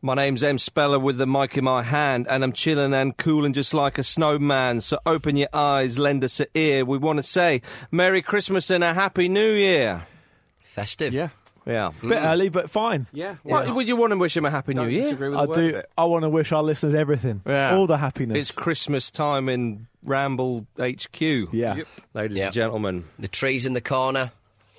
My name's M Speller with the mic in my hand, and I'm chillin' and coolin' just like a snowman. So open your eyes, lend us a ear. We want to say Merry Christmas and a Happy New Year. Festive. Yeah. Yeah. Bit early, but fine. Yeah. why Well, not? would you want to wish him a Happy Don't New Year? disagree with I the do. word. I want to wish our listeners everything, Yeah. all the happiness. It's Christmas time in Ramble HQ. yeah. Ladies Yeah. and gentlemen. The trees in the corner.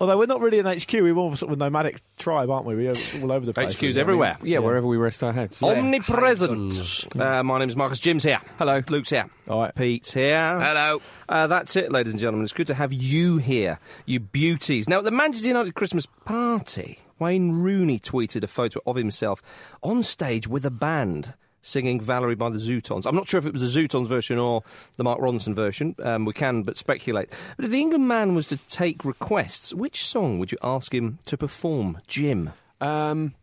Although we're not really an HQ, we're more of a sort of nomadic tribe, aren't we? We're all over the place. HQ's everywhere. Yeah, wherever we rest our heads. Omnipresent. Uh, my name's Marcus. Jim's here. Hello. Luke's here. All right. Pete's here. Hello. Uh, that's it, ladies and gentlemen. It's good to have you here, you beauties. Now, at the Manchester United Christmas party, Wayne Rooney tweeted a photo of himself on stage with a band singing Valerie by the Zootons. I'm not sure if it was the Zootons version or the Mark Ronson version. Um, we can but speculate. But if the England man was to take requests, which song would you ask him to perform, Jim? Um,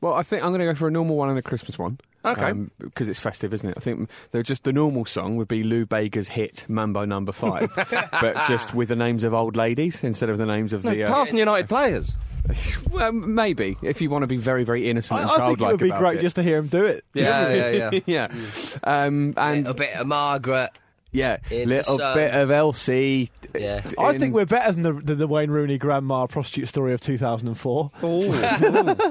well, I think I'm going to go for a normal one and a Christmas one. Okay. Because it's festive, isn't it? I think they're just the normal song would be Lou Bega's hit Mambo Number Five, but just with the names of old ladies instead of the names of No, the. uh, passing United players. well, um, maybe if you want to be very, very innocent and I, I childlike think it would be about great it. just to hear him do it. Yeah, yeah, yeah. yeah, um, and A bit of Margaret. yeah, In the little sun. bit of Elsie. Yeah. I in- think we're better than the, than the Wayne Rooney grandma prostitute story of 2004. Oh,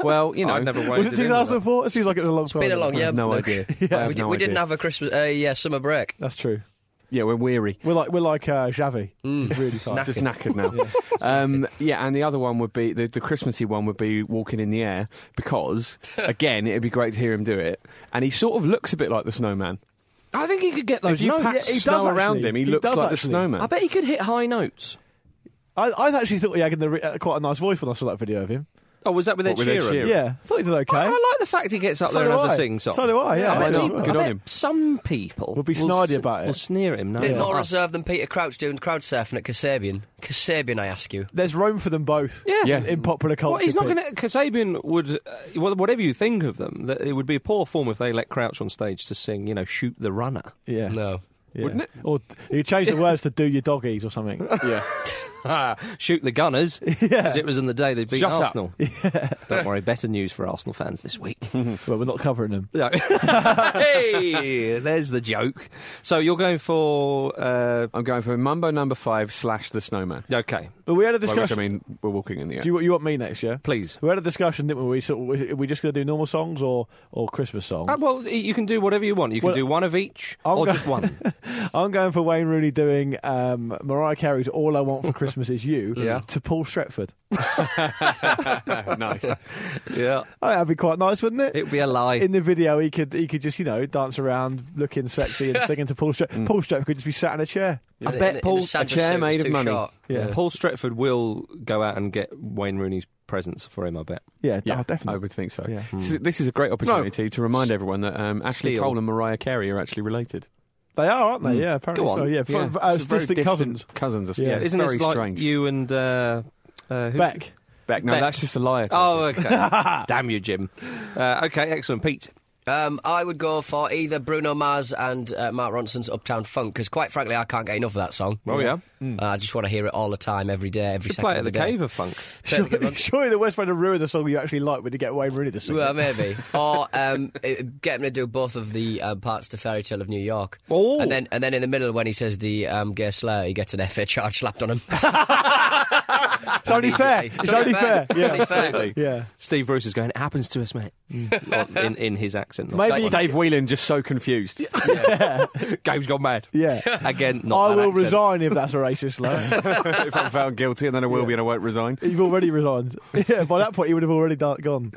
well, you know, I've never was waded it into that. 2004? It seems like it was a long time. Been a ago. long I year. have no Luke. idea. I we have d- no we didn't idea. have a Christmas, uh, yeah, summer break. That's true. Yeah, we're weary. We're like we're like uh, Xavi. Mm. Really tired. just knackered now. um, yeah, and the other one would be the, the Christmassy one would be walking in the air because again it'd be great to hear him do it, and he sort of looks a bit like the snowman. I think he could get those If you notes. pass yeah, he snow does around actually. him, he, He looks does like actually. the snowman. I bet he could hit high notes. I, I actually thought he had a, re- uh, quite a nice voice when I saw that video of him. Oh, was that with Ed What, with Ed Sheeran? Sheeran? Yeah. Yeah, I thought he did okay. I, I like the fact he gets up so there do and has I. a sing song. So do I. Yeah, I Why bet not? he- I Good on bet him. Some people We'll be snidey about it. Will sneer at him. No, Bit yeah. more Us. reserved than Peter Crouch doing crowd surfing at Kasabian. Kasabian, I ask you. There's room for them both. Yeah. Yeah. in, in popular culture. Well, he's not Pete. going to. Kasabian would, uh, well, whatever you think of them, that it would be a poor form if they let Crouch on stage to sing, you know, shoot the runner. Yeah, No. yeah. wouldn't it? Or you change the words to "do your doggies" or something. yeah, shoot the Gunners, because it was in the day they beat Shut up. Arsenal. Don't worry, better news for Arsenal fans this week. well, we're not covering them. No. hey, there's the joke. So you're going for. Uh, I'm going for Mumbo Number Five slash the snowman. okay, But we had a By which I discussion. mean we're walking in the air. Do you, you want me next? Yeah. please. We had a discussion, didn't we? We sort of, we- are we just going to do normal songs or or Christmas songs? Uh, well, y- you can do whatever you want. You can Well, do one of each, I'll or go- just one. I'm going for Wayne Rooney doing um, Mariah Carey's "All I Want for Christmas Is You" Yeah. to Paul Stretford. Oh, nice. yeah, Oh, that'd be quite nice, wouldn't it? it would be a lie. in the video, he could he could just you know dance around, looking sexy and singing to Paul Mm. Stretford. Paul Stretford could just be sat in a chair. I In a- bet in a- in Paul- a, Santa a chair suit, it's made of too money. short. Yeah. Paul Stretford will go out and get Wayne Rooney's presents for him. I bet. Yeah, Yeah, oh, definitely. I would think so. Yeah. So this is a great opportunity to remind everyone that um, Ashley Steal. Cole and Mariah Carey are actually related. They are, aren't they? Yeah, apparently. Go on. So, yeah, f- Yeah. f- as So very distant cousins. Cousins, Yeah. yeah. it's Isn't very this like strange. you and? Uh, uh, who- Beck. Beck, no, Beck. that's just a liar. Oh, okay. Damn you, Jim. Uh, okay, excellent, Pete. Um, I would go for either Bruno Mars and uh, Mark Ronson's Uptown Funk because, quite frankly, I can't get enough of that song. Oh, yeah. Uh, I just want to hear it all the time, every day, every You second. play at of the the day. Cave of Funk. Play at the Cave of- Surely the West Band have ruined the song you actually like when you get Wayne Rooney to sing. Well, it. maybe. or um, it- get him to do both of the um, parts to Fairy Tale of New York. Oh. And then, and then in the middle, when he says the um, gay slur, he gets an FA charge slapped on him. It's only fair. It's It's only only fair. fair. It's Yeah. only fair. Yeah. Steve Bruce is going. It happens to us, mate. Well, in, in his accent. not Maybe- that Dave Whelan just so confused. one. Game's gone mad. Yeah. Again, not I that will accent. resign if that's a racist line. if I'm found guilty, and then I will be, and I won't resign. You've already resigned. Yeah, by that point, you would have already da- gone.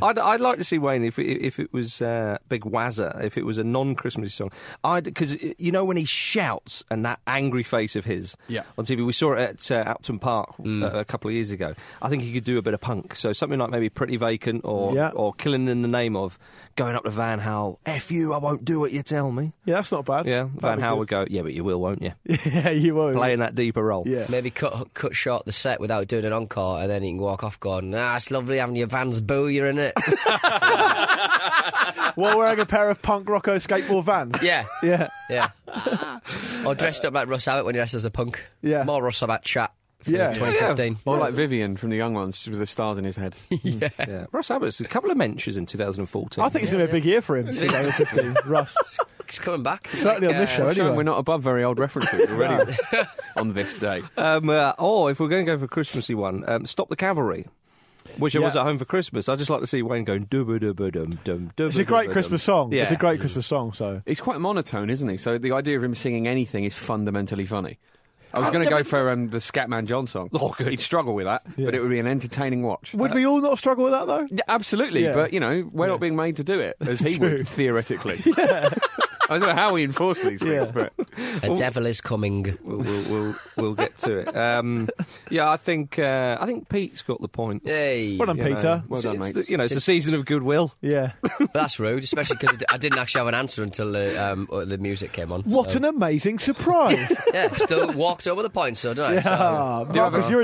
I'd, I'd like to see Wayne if it, if it was uh, Big Wazza, if it was a non-Christmassy song. I'd because you know when he shouts and that angry face of his Yeah. on TV. We saw it at uh, Upton Park uh, a couple of years ago. I think he could do a bit of punk. So something like maybe Pretty Vacant or Yeah. or Killing in the Name of, going up to Van Hal. F you, I won't do what you tell me. Yeah, that's not bad. Yeah, That'd Van be Hal good. would go. Yeah, but you will, won't you? Yeah, you would. Playing that deeper role. Yeah. Maybe cut cut short the set without doing an encore, and then he can walk off going, "Ah, it's lovely having your Vans Booyer in it." While wearing a pair of punk Rocco skateboard vans. yeah, Yeah. yeah. or dressed up like Russ Abbott when he dresses as a punk. Yeah. more Russ Abbott chat. If for Yeah. 2015. Or like Vivian from The Young Ones with the stars in his head. Yeah. Russ Abbott's a couple of mentions in 2014. I think it's going to be a big year for him. 2015, Russ. It's coming back. Certainly on this show, Shame we're anyway. not above very old references already on this day. Um, uh, or if we're going to go for a Christmassy one, um, Stop the Cavalry. Which I was Yeah. at home for Christmas. I just like to see Wayne going. "Dubba-dubba-dum-dum, It's a great dubba-dubba-dum." Christmas song. It's a Yeah. great Christmas song. So He's quite monotone, isn't he? So the idea of him singing anything is fundamentally funny. I Uh, was I've going to never- go for um, the Scatman John song. Oh, good. He'd struggle with that, Yeah. but it would be an entertaining watch. would we all not struggle with that though? Yeah, absolutely, Yeah. but you know, we're Yeah. not being made to do it as he True. would theoretically. I don't know how we enforce these things, Yeah. but A devil is coming. We'll, we'll, we'll, we'll get to it. Um, yeah, I think uh, I think Pete's got the point. Hey. Well done, You know, Peter. Well done, it's mate. the- you know, it's a season of goodwill. Yeah. But that's rude, especially because I didn't actually have an answer until the, um, uh, the music came on. What So, an amazing surprise! yeah, still walked over the points, though, don't I? So, yeah, Marcus, you're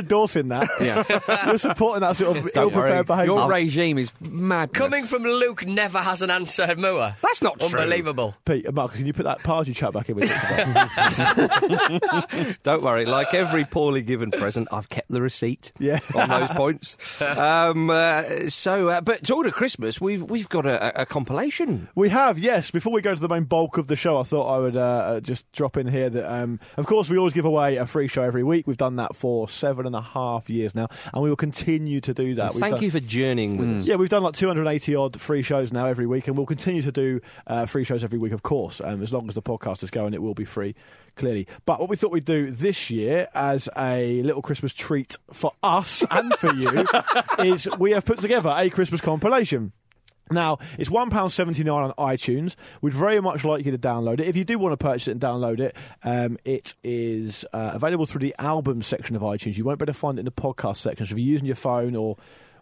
endorsing that. yeah. You're supporting that sort of ill-prepared behaviour. Your regime is mad. coming from Luke never has an answer, Moa. That's not true. Unbelievable. Pete, uh, Marcus, can you put that party chat back in with us? Don't worry. Like every poorly given present, I've kept the receipt. Yeah. on those points. Um, uh, so, uh, but to order Christmas, we've we've got a, a a compilation. We have, yes. Before we go to the main bulk of the show, I thought I would uh, uh, just drop in here that, um, of course, we always give away a free show every week. We've done that for seven and a half years now, and we will continue to do that. We've Thank done- Mm. you for journeying with us. Yeah, we've done like 280 odd free shows now every week, and we'll continue to do uh, free shows every week, of course, um, as long as the podcast is going, it will be free, clearly. But what we thought we'd do this year as a little Christmas treat for us and for you is we have put together a Christmas compilation. Now, it's £1.79 on iTunes. We'd very much like you to download it. If you do want to purchase it and download it, um, it is uh, available through the album section of iTunes. You won't be able to find it in the podcast section. So if you're using your phone or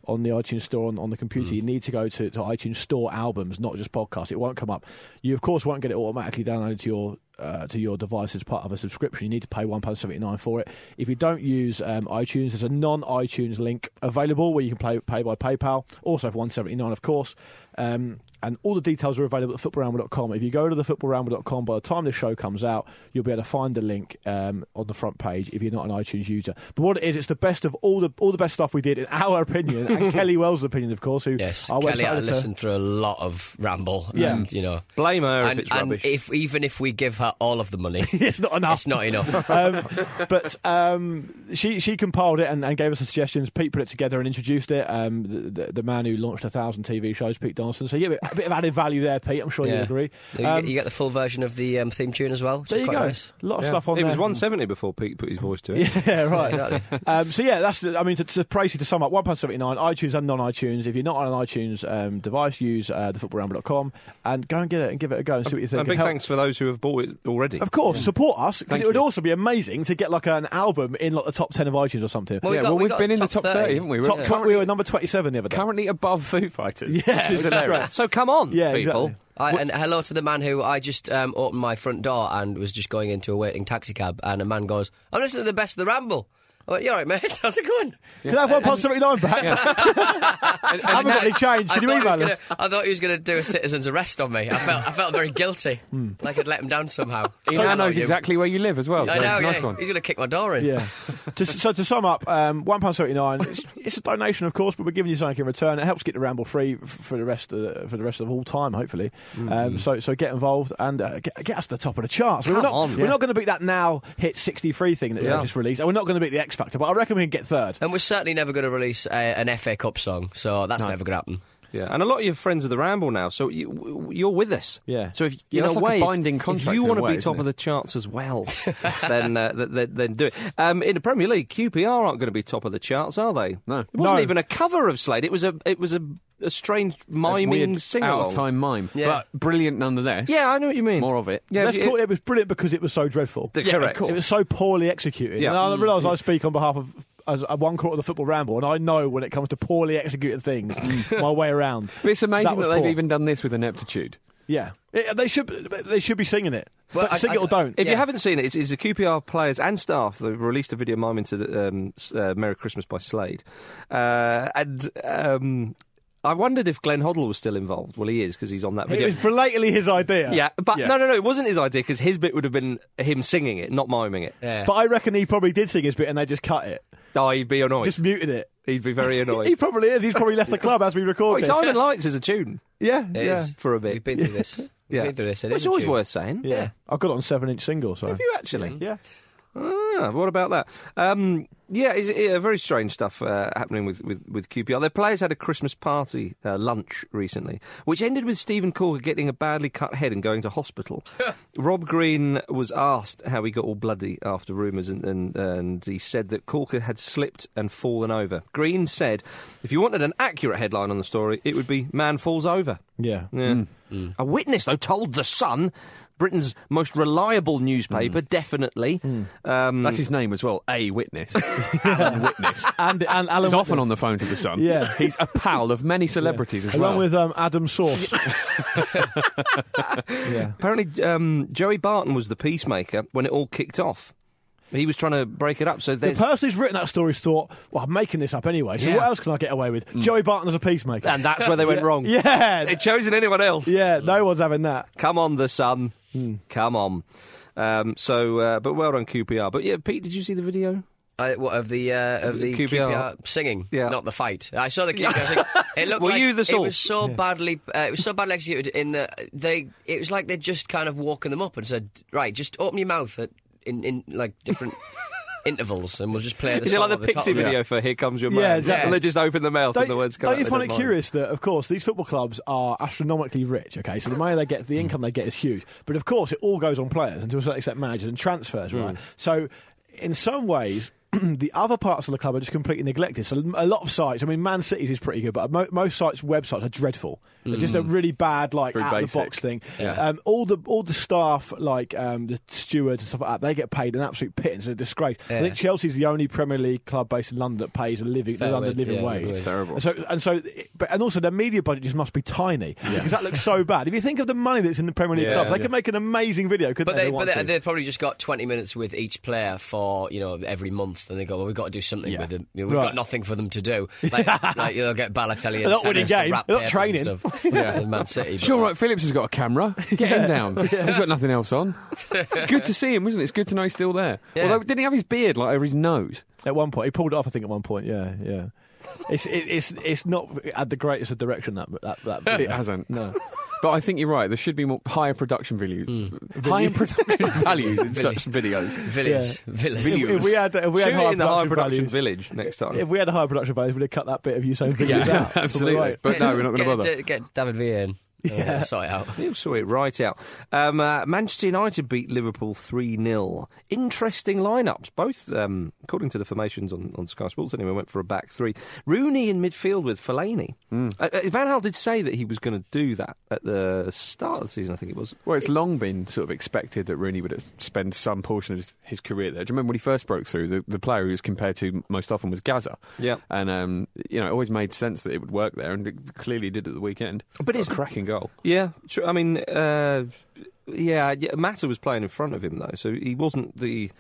on the iTunes store on, on the computer, you need to go to, to iTunes store albums, not just podcasts. It won't come up. You, of course, won't get it automatically downloaded to your uh, to your device as part of a subscription. You need to pay £1.79 for it. If you don't use um, iTunes, there's a non iTunes link available where you can play, pay by PayPal, also for £1.79, of course. Um, and all the details are available at footballramble.com. If you go to the footballramble.com, by the time the show comes out, you'll be able to find the link um, on the front page if you're not an iTunes user. But what it is, it's the best of all the all the best stuff we did, in our opinion, and Kelly Wells' opinion, of course. Who Yes, our Kelly had website to editor- listen through a lot of ramble, Yeah. and you know, Blame her and, if it's and rubbish. if even if we give her all of the money, It's not enough. it's not enough. um, but um, she she compiled it and, and gave us the suggestions. Pete put it together and introduced it. Um, the, the, the man who launched a thousand TV shows, Pete Donaldson. So yeah, a bit of added value there, Pete. I'm sure Yeah. you agree. You, Um, get, you get the full version of the um, theme tune as well. Which there is you quite go. Nice. A lot of stuff on it there. was 170 before Pete put his voice to it. Yeah, right. Exactly. um, so yeah, that's the, I mean to, to basically to sum up one pound seventy nine iTunes and non iTunes. If you're not on an iTunes um, device, use uh, thefootballramble.com and go and get it and give it a go and see what you think. And big help- thanks for those who have bought it already. Of course, support us because Thank it would you. also be amazing to get like an album in like the top ten of iTunes or something. Well, we yeah, got- well, we we've got been in the top top 30. 30, haven't we? We're top at- tw- we were number twenty seven the other day. currently above Foo Fighters. Yeah, which is which is hilarious. So come on, Yeah, people. exactly. I, and hello to the man who I just um, opened my front door and was just going into a waiting taxi cab, and a man goes, "I'm listening to the best of the ramble." I went, "You're right, mate. How's it going?" Can I have one pound seventy nine back? I haven't got any change. I Can you thought he was email us? gonna- I thought he was going to do a citizen's arrest on me. I felt, I felt very guilty, like I'd let him down somehow. He Sorry now about knows you. exactly where you live as well. I so know. nice yeah. one. He's going to kick my door in. Yeah. to, so to sum up, um, one pound seventy nine. It's, it's a donation, of course, but we're giving you something in return. It helps get the ramble free f- for the rest of for the rest of all time, hopefully. Um, so so get involved and uh, get, get us to the top of the charts. we're Come not on, we're yeah. not going to beat that now hit sixty three thing that we Yeah. just released, and we're not going to beat the X Factor, but I reckon we can get third. And we're certainly never going to release a, an FA Cup song, so that's never going to happen. Yeah, and a lot of your friends of the Ramble now, so you, w- you're with us. Yeah. So if Yeah, in that's a like a way, if- binding if contract you in a want to way, be isn't top of it? the charts as well, then, uh, th- th- then do it. Um, in the Premier League, QPR aren't going to be top of the charts, are they? No. It wasn't No. even a cover of Slade. It was a it was a, a strange miming sing out of along. time mime, Yeah. but brilliant nonetheless. Yeah, I know what you mean. More of it. Yeah, Let's it- call it, it was brilliant because it was so dreadful. The- correct. It was so poorly executed. Yeah. And I realise I speak on behalf of as a one quarter of the football ramble, and I know when it comes to poorly executed things, my way around. But it's amazing that, was they've poor. even done this with ineptitude. Yeah, It- they should they should be singing it. Well, Don't I- sing I- it or don't. If Yeah. you haven't seen it, it's, it's the QPR players and staff that have released a video miming to the, um, s- uh, "Merry Christmas" by Slade, uh, and um, I wondered if Glenn Hoddle was still involved. Well, he is because he's on that It video. was blatantly his idea. yeah, but Yeah. no, no, no, it wasn't his idea because his bit would have been him singing it, not miming it. Yeah. But I reckon he probably did sing his bit and they just cut it. Oh, he'd be annoyed. Just muted it. He'd be very He annoyed. probably is. He's probably left the club as we oh, record this. Diamond Lights is a tune Yeah, It yeah. is. for a bit. We've been through this. We've Yeah. been through this. It Well, is it's a always tune. worth saying. Yeah. I've got it on seven inch single, so. Have you actually? Yeah. Ah, what about that? Um, yeah, it's, yeah, very strange stuff uh, happening with, with, with QPR. Their players had a Christmas party uh, lunch recently, which ended with Stephen Corker getting a badly cut head and going to hospital. Rob Green was asked how he got all bloody after rumours, and, and, and he said that Corker had slipped and fallen over. Green said, if you wanted an accurate headline on the story, it would be Man Falls Over. Yeah. Yeah. Mm. A witness, though, told The Sun, Britain's most reliable newspaper, Mm. definitely. Hmm. Um, That's his name as well. A witness, Alan Witness. And, and Alan He's often on the phone to the Sun. Yeah. he's a pal of many celebrities as well. Along with um, Adam Source. yeah. Apparently, um, Joey Barton was the peacemaker when it all kicked off. He was trying to break it up. So The there's. person who's written that story's thought, well, I'm making this up anyway, so Yeah. Mm. what else can I get away with? Joey Barton as a peacemaker. and that's where they went wrong. yeah. They'd chosen anyone else. Yeah, Mm. no one's having that. Come on, The Sun. Come on. Um, so, uh, but well done, QPR. But yeah, Pete, did you see the video? I, what, of the uh, of the QPR. QPR, singing, Yeah. not the fight. I saw the QPR singing. It looked Were like you the It source? was so badly. Uh, it was so badly executed in that they. It was like they'd just kind of woken them up and said, "Right, just open your mouth at, in in like different intervals, and we'll just play the Is it song." like the at top Pixie of it." video for Here Comes Your Man? Yeah, exactly. And they just open the mouth Don't, and the words come don't out, you they find it don't mind. curious that, of course, these football clubs are astronomically rich? Okay, so the money they get, the income they get is huge. But of course, it all goes on players and to a certain extent managers and transfers, right? So, in some ways. the other parts of the club are just completely neglected. So a lot of sites, I mean, Man City's is pretty good, but mo- most sites' websites are dreadful. They're just a really bad, like Very out of the basic. box thing. Yeah. Um, all the all the staff, like um, the stewards and stuff like that, they get paid an absolute pittance, a disgrace. I Yeah. think Chelsea's the only Premier League club based in London that pays a living, the Fair London wage, living yeah, wage. wage. it's terrible. And so, and so, but and also their media budget just must be tiny because that looks so bad. If you think of the money that's in the Premier League Yeah. clubs, they could make an amazing video, couldn't But they? they, if but want they, to? they've probably just got 20 minutes with each player for, you know, every month. And they go, well, we've got to do something Yeah. with them. You know, we've Right. got nothing for them to do. Like, like you'll get Balotelli They're and not winning tennis to games. wrap They're papers not and training. Stuff. yeah. in Man City. but- Sean Wright Phillips has got a camera. Get him down. He's got nothing else on. It's good to see him, wasn't it? It's good to know he's still there. Yeah. Although, didn't he have his beard like over his nose? at one point, he pulled it off. I think at one point, yeah, yeah. It's it, it's it's not at the greatest of direction that that that. It video. hasn't. No. But I think you're right. There should be more higher production values, Hmm. higher production values in such videos. Villas. Villas. If, if we had if we had Shoot it higher in the high production, production values, village next time. if we had a higher production values, we'd have cut that bit of you saying videos Yeah, out. absolutely. Right. But no, we're not going to Get- bother. Get, get David Villa in. Yeah. sort it out. You saw it right out. Um, uh, Manchester United beat Liverpool 3 0. Interesting lineups, both, um, according to the formations on, on Sky Sports, anyway, went for a back three. Rooney in midfield with Fellaini. Hmm. Uh, uh, Van Hal did say that he was going to do that at the start of the season, I think it was. Well, it's long been sort of expected that Rooney would spend some portion of his, his career there. Do you remember when he first broke through? The, the player he was compared to most often was Gaza. Yeah. And, um, you know, it always made sense that it would work there, and it clearly did at the weekend. But Got it's- a cracking goal. Yeah, true. I mean, uh, yeah, yeah, Mata was playing in front of him, though, so he wasn't the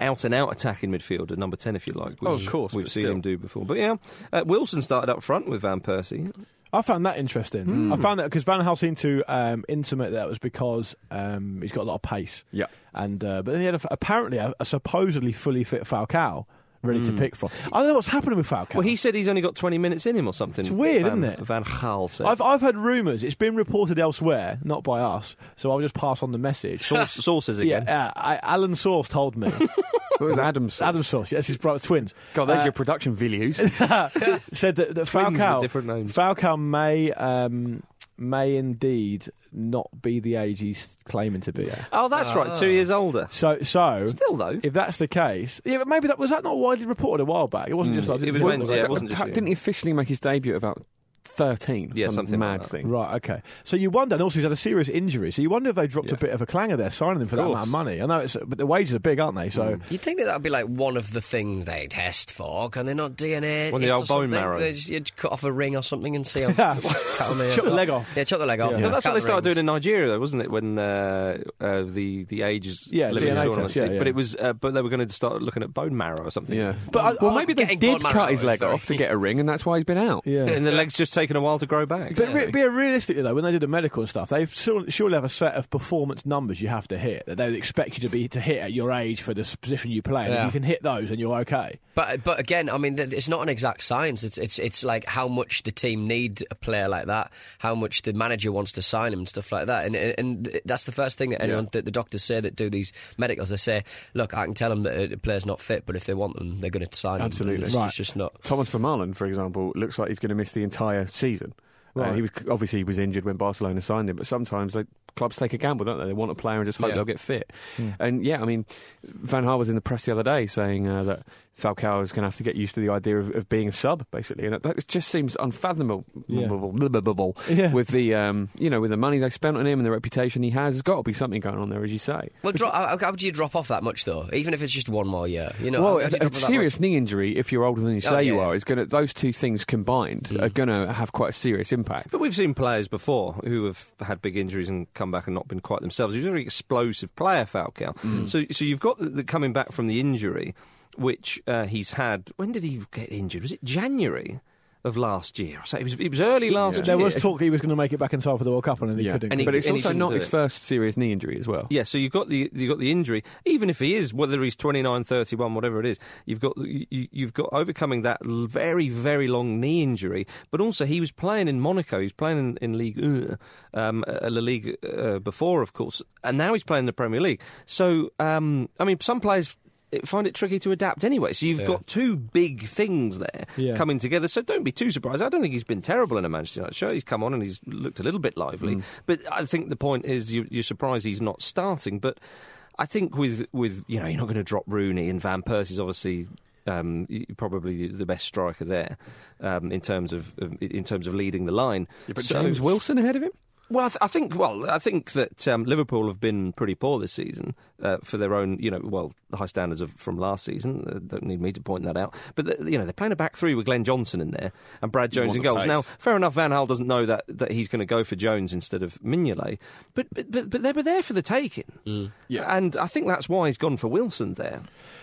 out and out attacking midfielder, number 10, if you like. Oh, which of course, We've but seen still. him do before. But yeah, uh, Wilson started up front with Van Persie. I found that interesting. I found that because Van Hal seemed to um, intimate that was because um, he's got a lot of pace. Yeah. And uh, but then he had a, apparently a, a supposedly fully fit Falcao ready to pick from. I don't know what's happening with Falcao. Hmm. Well, he said he's only got 20 minutes in him or something. It's weird, Van, isn't it? Van Gaal said. I've I've heard rumours. It's been reported elsewhere, not by us. So I'll just pass on the message. Source, sources yeah, again. uh, I, Alan Source told me. So it was Adams. Adam Source, yes, his brother twins. God, there's Uh, your production values. said that, that Twins with Falcao, different names. Falcao may um, may indeed not be the age he's claiming to be. Oh, that's right, two years older. So so Still, though. If that's the case, yeah, but maybe that was that not widely reported a while back. It wasn't just like Hmm. It was Well, when- yeah, it wasn't just Ta- you. didn't he officially make his debut at about 13? Yeah, Some something like mad that. thing. Right, okay. So you wonder, and also he's had a serious injury, so you wonder if they dropped a bit of a clanger there, signing him for that amount of money. I know, it's, but the wages are big, aren't they? So You'd think that that'd be like one of the things they test for. Can they not DNA? One of the it or old bone something? marrow. They just, you'd cut off a ring or something and see how. cut them Chop the leg off. Yeah, chop the leg off. But that's Cut what they the started rings. doing in Nigeria, though, wasn't it? When uh, uh, the the ages Yeah, limit DNA was on, test, yeah, obviously. but yeah. it was uh, but they were going to start looking at bone marrow or something. Yeah. But I- well, I- maybe they Getting did bone marrow cut his is leg very- off to get a ring, and that's why he's been out. yeah, and the legs just take taken a while to grow back. But re- being realistic though, when they do the medical and stuff, they surely, surely have a set of performance numbers you have to hit that they expect you to be to hit at your age for this position you play. And if Yeah. you can hit those, and you're okay. But but again, I mean, th- it's not an exact science. It's it's it's like how much the team need a player like that, how much the manager wants to sign him, and stuff like that. And and, and that's the first thing that anyone that the doctors say that do these medicals. They say, look, I can tell them that a- a player's not fit, but if they want them, they're going to sign Absolutely. them. It's, Right. it's just not. Thomas Vermaelen, for example, looks like he's going to miss the entire season. Uh, Right. he was obviously he was injured when Barcelona signed him, but sometimes they, clubs take a gamble, don't they? They want a player and just hope Yeah. they'll get fit. Hmm. And yeah, I mean, Van Gaal was in the press the other day saying uh, that Falcao is going to have to get used to the idea of, of being a sub, basically, and that, that just seems unfathomable. Yeah. blah-blah-blah-blah, Yeah. With the um, you know with the money they spent on him and the reputation he has, there's got to be something going on there, as you say. Well, dro- how, how do you drop off that much though? Even if it's just one more year, you know. well, how- how do you a, drop a off that serious knee injury, if you're older than you say Oh, yeah, Hmm. you are, yeah. is going to those two things combined are going to have quite a serious impact. But we've seen players before who have had big injuries and come back and not been quite themselves. He's a very explosive player, Falcao. So, so you've got the, the coming back from the injury, which uh, he's had. When did he get injured? Was it January of last year? So it was, it was early last Yeah. year. There was talk he was going to make it back in time for the World Cup, and then he Yeah. couldn't. And he- but it's and he also couldn't not do his it. first serious knee injury as well. Yeah, so you've got the you've got the injury. Even if he is, whether he's 29, 31, whatever it is, you've got you, you've got overcoming that l- very very long knee injury. But also, he was playing in Monaco. He was playing in, in League One, um, uh, La Ligue uh, before, of course, and now he's playing in the Premier League. So, um, I mean, some players. Find it tricky to adapt anyway. So you've got two big things there Yeah. coming together. So don't be too surprised. I don't think he's been terrible in a Manchester United show. He's come on and he's looked a little bit lively. But I think the point is you, you're surprised he's not starting. But I think with with you know you're not going to drop Rooney and Van Persie's obviously. Um, y- probably the best striker there um, in terms of of- in terms of leading the line. But So- James Wilson ahead of him? well, I, th- I think well, I think that um, Liverpool have been pretty poor this season uh, for their own, you know, well, high standards of, from last season. Uh, don't need me to point that out. But th you know, they're playing a back three with Glenn Johnson in there and Brad Jones want in the goals. pace. Now, fair enough, Van Hal doesn't know that, that he's going to go for Jones instead of Mignolet, but but, but but they were there for the taking, Mm. Yeah. and I think that's why he's gone for Wilson there.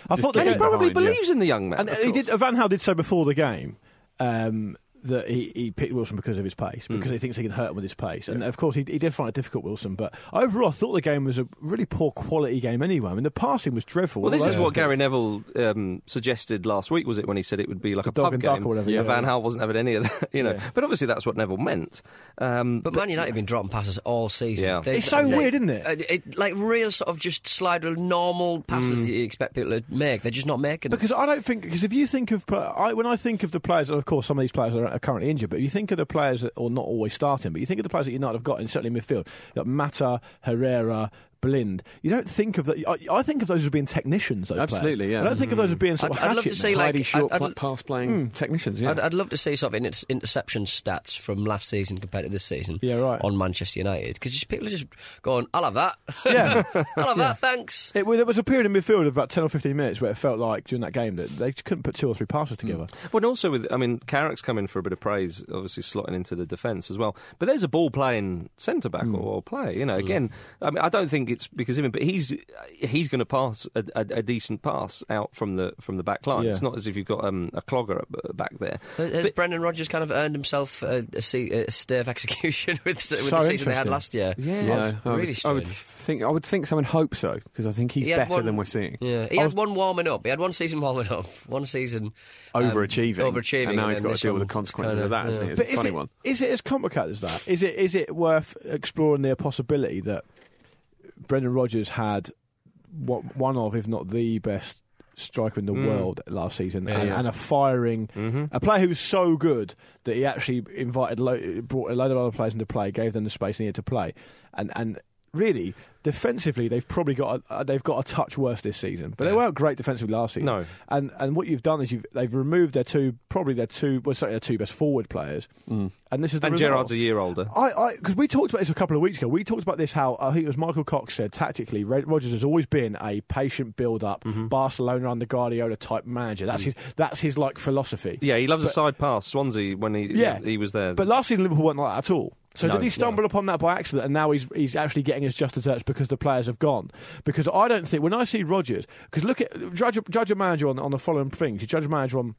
I thought Just and the he game, behind, probably yeah. uh, believes in the young man. and of he course. did. Van Hal did say before the game. Um, that he, he picked Wilson because of his pace, Hmm. because he thinks he can hurt him with his pace. And of course, he, he did find it difficult, Wilson. But overall, I thought the game was a really poor quality game anyway. I mean, the passing was dreadful. Well, this all is over what the place. Gary Neville um, suggested last week, was it? When he said it would be like a dog pub and game, duck or whatever, yeah. and Van Hal wasn't having any of that, you know. Yeah. But obviously, that's what Neville meant. Um, But Man United have been dropping passes all season. Yeah. It's so weird, isn't it? uh, it? Like real sort of just slide with normal passes Mm. that you expect people to make. They're just not making them. Because I don't think because if you think of pla- I, when I think of the players, and of course some of these players are, are currently injured, but if you think of the players that or not always starting, but you think of the players that United have got in certainly midfield, like Mata, Herrera. Blind. You don't think of that. I, I think of those as being technicians. Those players. Absolutely, yeah. Mm. I don't think of those as being sort of I'd- I'd love hatchet to men. see, like, Tidy, short, I'd- I'd- pass playing technicians, yeah. I'd, I'd love to see sort of in- interception stats from last season compared to this season. Yeah, right. On Manchester United, because people are just going, "I'll have that. Yeah. I'll have that. Thanks." It, was- there was a period in midfield of about ten or fifteen minutes where it felt like during that game that they just couldn't put two or three passes together. Well, and also with, I mean, Carrick's come in for a bit of praise, obviously slotting into the defence as well. But there's a ball playing centre Hmm. back or, or player. You know, again, I mean, I don't think it's because of him, but he's he's going to pass a, a, a decent pass out from the from the back line. Yeah. It's not as if you've got um, a clogger up, back there. Has has Brendan Rodgers kind of earned himself a, a, se- a stay of execution with, s- with So the season they had interesting. last year? Yeah. Yeah, I, really would, I strange. would think I would think so and hope so because I think he's He had better one- than we're seeing. Yeah, he I had was- one warming up. He had one season warming up, one season um, Overachieving, overachieving, and now and he's then got this to deal with one the consequences of kinda- that, isn't yeah. it? It's a is funny it, one. is it as complicated as that? Is it is it worth exploring the possibility that Brendan Rodgers had what, one of, if not the best striker in the Mm. world last season, Yeah, and, yeah. and a firing Mm-hmm. a player who was so good that he actually invited lo- brought a load of other players into play, gave them the space they needed to play, and and really defensively they've probably got a, uh, they've got a touch worse this season, but they Yeah. weren't great defensively last season. No. and and what you've done is you've they've removed their two probably their two well certainly their two best forward players, Hmm. and this is the And result. Gerard's a year older. I because we talked about this a couple of weeks ago. We talked about this how uh, I think it was Michael Cox said tactically. Red, Rogers has always been a patient build-up, Mm-hmm. Barcelona under Guardiola type manager. That's Mm. his that's his like philosophy. Yeah, he loves a side pass. Swansea when he Yeah. he was there. But last season Liverpool weren't like that at all. So No, did he stumble upon that by accident, and now he's he's actually getting his just desserts because the players have gone? Because I don't think when I see Rodgers, because look at judge a- judge a manager on on the following things. You judge a manager on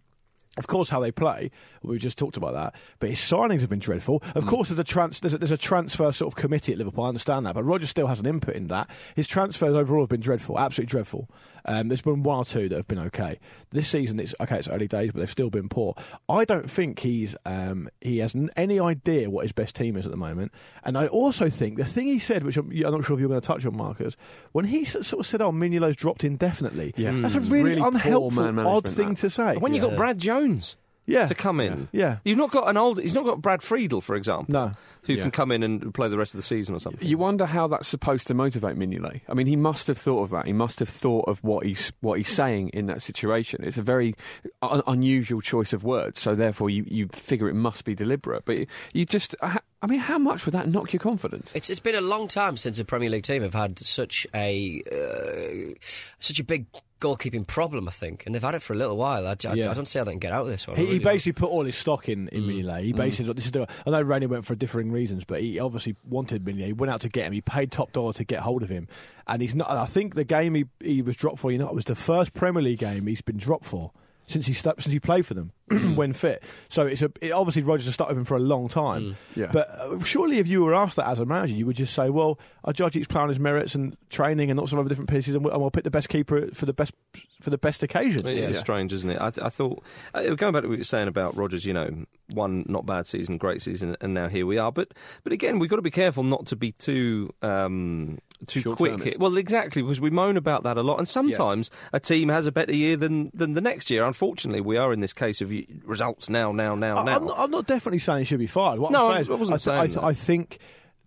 of course, how they play. We just talked about that, but his signings have been dreadful. Of Hmm. course, there's a, trans- there's, a, there's a transfer sort of committee at Liverpool. I understand that, but Roger still has an input in that. His transfers overall have been dreadful, absolutely dreadful. Um, there's been one or two that have been okay this season. It's okay, it's early days, but they've still been poor. I don't think he's um, he has n- any idea what his best team is at the moment, and I also think the thing he said, which I'm, I'm not sure if you're going to touch on, Marcus, when he s- sort of said, "Oh, Mignolo's dropped indefinitely," Yeah. that's a Mm. really, Really poor unhelpful, man odd management, thing that. to say. When you got Brad Jones yeah, to come in, yeah. you've not got an old. He's not got Brad Friedel, for example, No. who Yeah. can come in and play the rest of the season or something. You wonder how that's supposed to motivate Mignolet. I mean, he must have thought of that. He must have thought of what he's what he's saying in that situation. It's a very un- unusual choice of words, so therefore you, you figure it must be deliberate. But you, you just, I I mean, how much would that knock your confidence? It's it's been a long time since a Premier League team have had such a uh, such a big goalkeeping problem. I think, and they've had it for a little while. I, I- Yeah. I don't see how they can get out of this one. I He, he really don't. basically put all his stock in in Mm. Mignolet. He basically this is the, I know Rainey went for differing reasons, but he obviously wanted Mignolet. He went out to get him. He paid top dollar to get hold of him, and he's not. and I think the game he, he was dropped for, you know, it was the first Premier League game he's been dropped for since he stu- since he played for them when fit. So it's a it, obviously Rogers has stuck with him for a long time. Mm. Yeah. But uh, surely if you were asked that as a manager, you would just say, "Well, I judge each player on his merits and training and lots of other different pieces, and we'll, and we'll pick the best keeper for the best for the best occasion." It is strange, isn't it? I, th- I thought uh, going back to what you were saying about Rogers, you know, one not bad season, great season, and now here we are. But but again, we've got to be careful not to be too um, too Short-termist. quick. here. Well, exactly, because we moan about that a lot, and sometimes a team has a better year than than the next year. Unfortunately, we are in this case of y- results now, now, now, I- now. I'm not, I'm not definitely saying he should be fired. What No, I'm saying is, I wasn't I, th- I, saying th- that. I think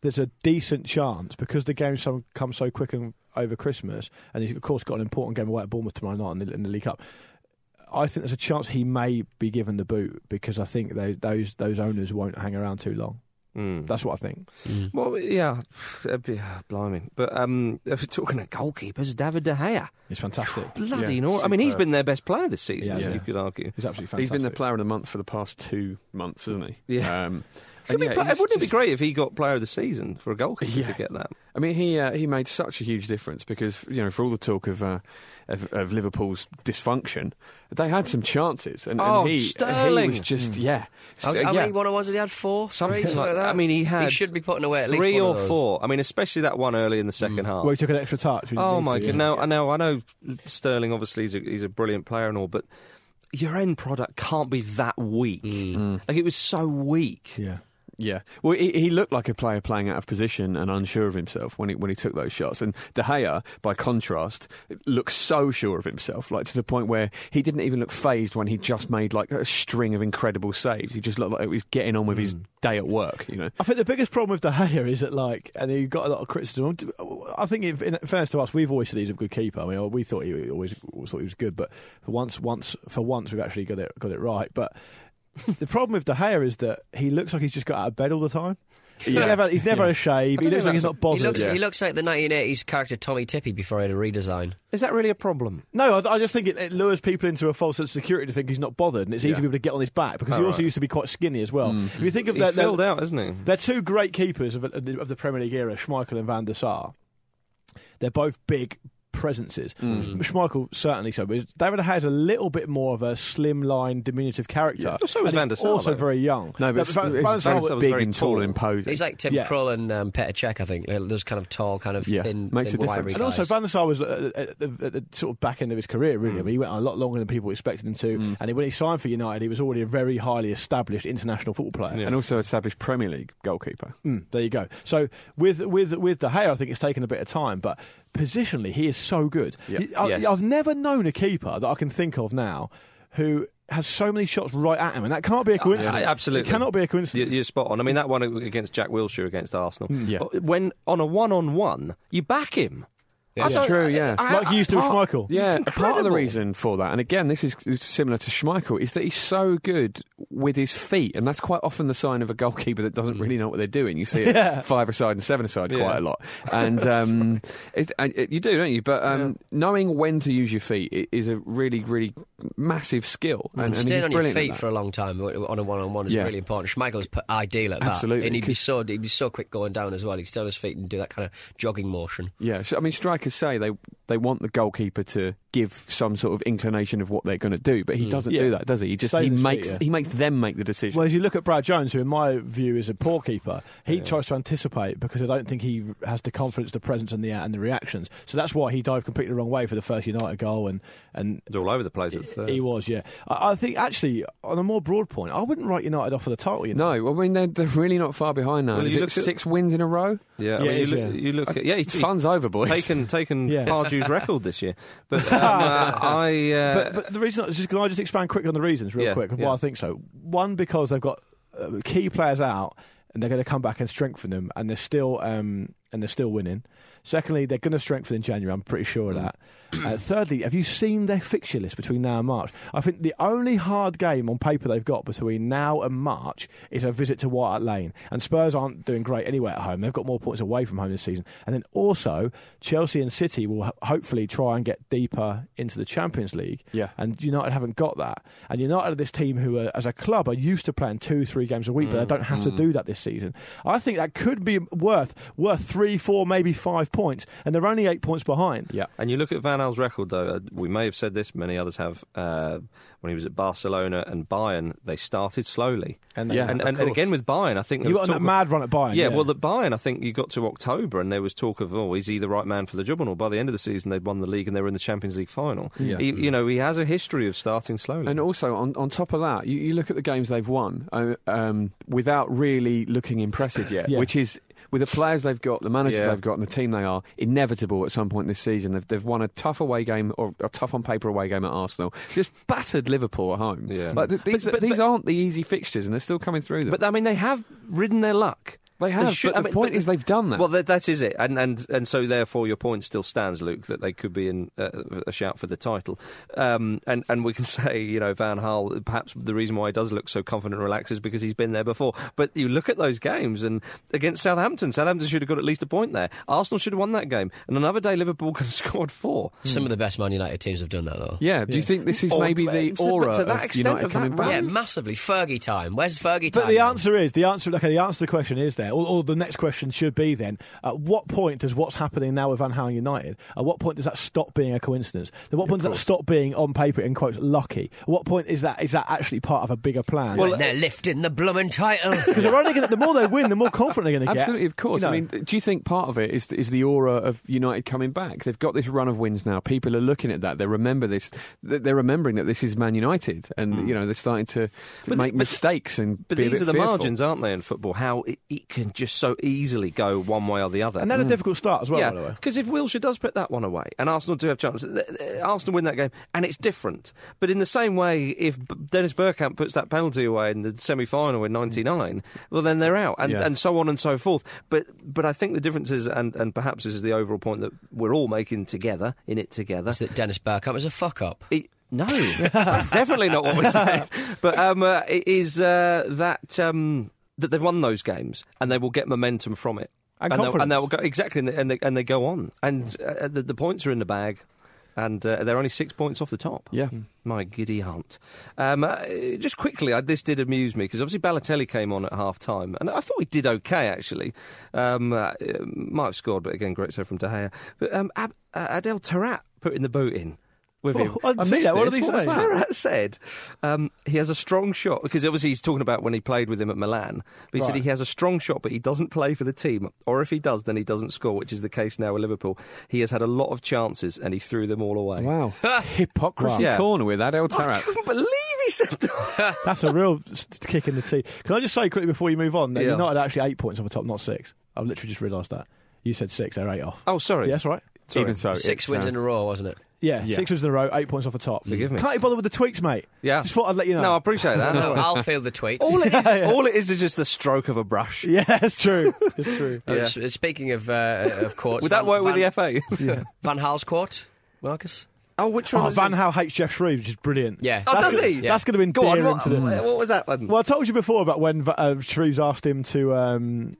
there's a decent chance because the games some come so quick and over Christmas, and he's of course got an important game away at Bournemouth tomorrow night in the, in the League Cup. I think there's a chance he may be given the boot because I think tho- those those owners won't hang around too long. Mm. That's what I think. Well, yeah, that'd be- ah, blimey. But um, if we're talking of goalkeepers, David De Gea, It's fantastic. bloody Yeah, nor- I mean, he's superb. been their best player this season. Yeah, you yeah. could argue. It's absolutely fantastic. He's been the player of the month for the past two months, isn't he? Yeah. Um, Could and be yeah, pla- he's wouldn't it be just- great if he got player of the season for a goalkeeper Yeah. to get that? I mean, he uh, he made such a huge difference because you know, for all the talk of uh, of, of Liverpool's dysfunction, they had some chances, and, Oh, and he, Sterling. he was just yeah, How, St- how yeah. many one on ones did he had? Four, Something Three? something like like that. that. I mean, he had He should be putting away at least Three one or of those. Mm. four. I mean, especially that one early in the second half. Well, he took an extra touch. when he oh needed my to, god! yeah. Now, now I know Sterling. Obviously, he's a, he's a brilliant player and all, but your end product can't be that weak. Mm. Like it was so weak. Yeah. Yeah, well, he, he looked like a player playing out of position and unsure of himself when he when he took those shots. And De Gea, by contrast, looked so sure of himself, like to the point where he didn't even look phased when he just made like a string of incredible saves. He just looked like he was getting on with his day at work. You know, I think the biggest problem with De Gea is that, like, and he got a lot of criticism. I think, if, in fairness to us, we've always said he's a good keeper. I mean, we thought he always, always thought he was good, but for once, once for once, we've actually got it got it right. But the problem with De Gea is that he looks like he's just got out of bed all the time. He's never, he's never a shave. He looks like he's not He bothered. looks, he looks like the 1980s character Tommy Tippy before he had a redesign. Is that really a problem? No, I, I just think it, it lures people into a false sense of security to think he's not bothered, and it's easy Yeah. for people to get on his back because he Oh, also right. used to be quite skinny as well. If you think of He's that, filled out, isn't he? They're two great keepers of, of, the, of the Premier League era, Schmeichel and Van der Sar. They're both big presences. Hmm. Mm. Schmeichel certainly so, but David De Gea is a little bit more of a slim line, diminutive character. Yeah. So was And Van he's der Sar, Also though. very young. no, but, Van, Van der it's, Sar Van der Sar was big very and tall tall. and imposing. He's like Tim Yeah. Krull and um, Petr Cech, I think. Like Those kind of tall, kind of Yeah. thin, Makes a thin, wiry difference. And also, guys. Van der Sar was uh, at the, at the sort of back end of his career, really. Mm. I mean, he went on a lot longer than people expected him to. And when he signed for United, he was already a very highly established international football player. and also established Premier League goalkeeper. Mm, there you go. So with with with De Gea, I think it's taken a bit of time, but positionally he is so good. He- I, Yes. I've never known a keeper that I can think of now who has so many shots right at him, and that can't be a coincidence. I- absolutely. it cannot be a coincidence. You- You're spot on. I mean, that one against Jack Wilshere against Arsenal. Mm, yeah. When on a one-on-one, you back him. I It's don't- true, yeah. I- I- like you used to with Schmeichel. Yeah, part of the incredible. reason for that, and again, this is is similar to Schmeichel, is that he's so good with his feet, and that's quite often the sign of a goalkeeper that Mm. doesn't really know what they're doing. You see it five aside and seven aside Yeah. quite a lot, and um, it, and it, you do, don't you? But um, knowing when to use your feet i- is a really, really massive skill, and, And and Mm. staying he's on your brilliant at feet that. for a long time on a one-on-one is Yeah. really important. Schmeichel's p- ideal at that. Absolutely, and he'd be 'cause- so he'd be so quick going down as well. He'd stay on his feet and do that kind of jogging motion. Yeah, so, I mean, strikers say they they want the goalkeeper to give some sort of inclination of what they're going to do, but he doesn't Yeah. do that, does he? He just Stays he his feet, makes yeah. he makes them make the decision. Well, as you look at Brad Jones, who in my view is a poor keeper, he tries to anticipate because I don't think he has the confidence, the presence, and the and the reactions. So that's why he dived completely the wrong way for the first United goal, and and It's all over the place at the third. he was yeah. I, I think actually on a more broad point, I wouldn't write United off for the title. You know, no, I mean they're, they're really not far behind now. Well, Is you it look at- six wins in a row? yeah, I Yeah, mean, you, it is, look, yeah. you look at yeah, he's, he's Fun's over, boys. taken taken Yeah. Pardew's record this year. But um, uh, I uh, but, but the reason is just can I just expand quickly on the reasons real Yeah, quick of yeah. why I think so. One because they've got uh, key players out and they're going to come back and strengthen them, and they're still um, and they're still winning. Secondly, they're going to strengthen in January. I'm pretty sure of Mm. that. Uh, thirdly, have you seen their fixture list between now and March? I think the only hard game on paper they've got between now and March is a visit to White Hart Lane, and Spurs aren't doing great anywhere at home. They've got more points away from home this season, and then also Chelsea and City will ho- hopefully try and get deeper into the Champions League. Yeah. And United haven't got that. And United are this team who, are, as a club, are used to playing two, three games a week, but they Mm, don't have to do that this season. I think that could be worth worth three, four, maybe five points, and they're only eight points behind. Yeah. And you look at Van Al's record, though. Uh, we may have said this, many others have. Uh, when he was at Barcelona and Bayern, they started slowly. And Yeah, and, and, of and course. again with Bayern, I think there you was got on that talk mad run at Bayern. of- yeah, well, the Bayern, I think you got to October, and there was talk of, oh, is he the right man for the job? And all by the end of the season, they'd won the league and they were in the Champions League final. Yeah. He, you know, he has a history of starting slowly. And also, on, on top of that, you, you look at the games they've won uh, um, without really looking impressive yet, Yeah. which is, with the players they've got, the manager Yeah. they've got, and the team they are, inevitable at some point this season. They've, they've won a tough away game, or a tough on paper away game at Arsenal, just battered Liverpool at home. Yeah. Like, th- these, But- but- these but- aren't the easy fixtures, and they're still coming through them. but I mean, they have ridden their luck. They have, but the point is they've done that. Well, that, that is it, and, and and so therefore your point still stands, Luke, that they could be in uh, a shout for the title. Um, and and we can say, you know, Van Hal, perhaps the reason why he does look so confident and relaxed is because he's been there before. But you look at those games, and against Southampton, Southampton should have got at least a point there. Arsenal should have won that game, and another day Liverpool could have scored four. Some of the best Man United teams have done that though. yeah, do you think this is Or- maybe the but to aura that of extent United of that coming back? run? Yeah, massively. Fergie time. Where's Fergie time? But the now? answer is the answer. Okay, the answer to the question is there, or, or the next question should be then: At what point does what's happening now with Van Halen United? At what point does that stop being a coincidence? At what point does that stop being on paper in quotes lucky? At what point is that is that actually part of a bigger plan? Well, they're lifting the blooming title. because they're only gonna, the more they win, the more confident they're going to get. Absolutely, of course. You know. I mean, do you think part of it is is the aura of United coming back? They've got this run of wins now. People are looking at that. They remember this. th- They're remembering that this is Man United, and Hmm. you know they're starting to, to But- make but- mistakes and But be a these bit are the fearful. margins, aren't they, in football? How it, it can just so easily go one way or the other. and they had a difficult start as well. by the way. Because if Wilshire does put that one away, and Arsenal do have chances, th- th- Arsenal win that game, and it's different. But in the same way, if B- Dennis Burkamp puts that penalty away in the semi final in '99, well, then they're out, and, Yeah. and so on and so forth. But but I think the difference is, and, and perhaps this is the overall point that we're all making together, in it together. that Dennis Bergkamp is a fuck up. It- no, that's definitely not what we're saying. But um, uh, it is uh, that um, that they've won those games and they will get momentum from it, And they'll, confidence. and they'll go exactly, and they, and they, and they go on, and uh, the, the points are in the bag, and uh, they're only six points off the top. Yeah. Hmm. My giddy hunt. Um, uh, just quickly, I, this did amuse me because obviously Balotelli came on at half time, and I thought he did okay actually. Um, uh, might have scored, but again, great save from De Gea. But um, Ab- uh, Adel Tarat putting the boot in with him. Oh, I didn't see missed that. What this. did he What was say? that? Tarat said um, he has a strong shot because obviously he's talking about when he played with him at Milan. But he said Right. he has a strong shot, but he doesn't play for the team, or if he does, then he doesn't score, which is the case now with Liverpool. He has had a lot of chances and he threw them all away. Wow, hypocrisy Yeah. Oh, corner with that El I Tarat. couldn't believe he said that. That's a real s- kick in the teeth. Can I just say quickly before you move on that Yeah. United are actually eight points off the top, not six. I've literally just realised that. You said six, they're eight off. oh, sorry. Yeah, that's right. Sorry. Even so, Six it's, wins uh, in a row, wasn't it? Yeah, Yeah. six wins in a row, eight points off the top. Forgive me. Can't you bother with the tweaks, mate? Yeah. Just thought I'd let you know. No, Oh, I appreciate that. No, I'll feel the tweet. all, it is, all it is is just the stroke of a brush. yeah, it's true. It's true. Uh, Yeah. s- uh, Speaking of uh, of courts, Would that Van- work with Van- the FA? Van Hal's court, Marcus? oh, which one? Oh, was Van it? Hal hates Jeff Shreves, which is brilliant. Yeah. Oh, That's does gonna, he? That's going to Go on. endear him What, to them. what was that one? Well, I told you before about when Va- uh, Shreves asked him to um,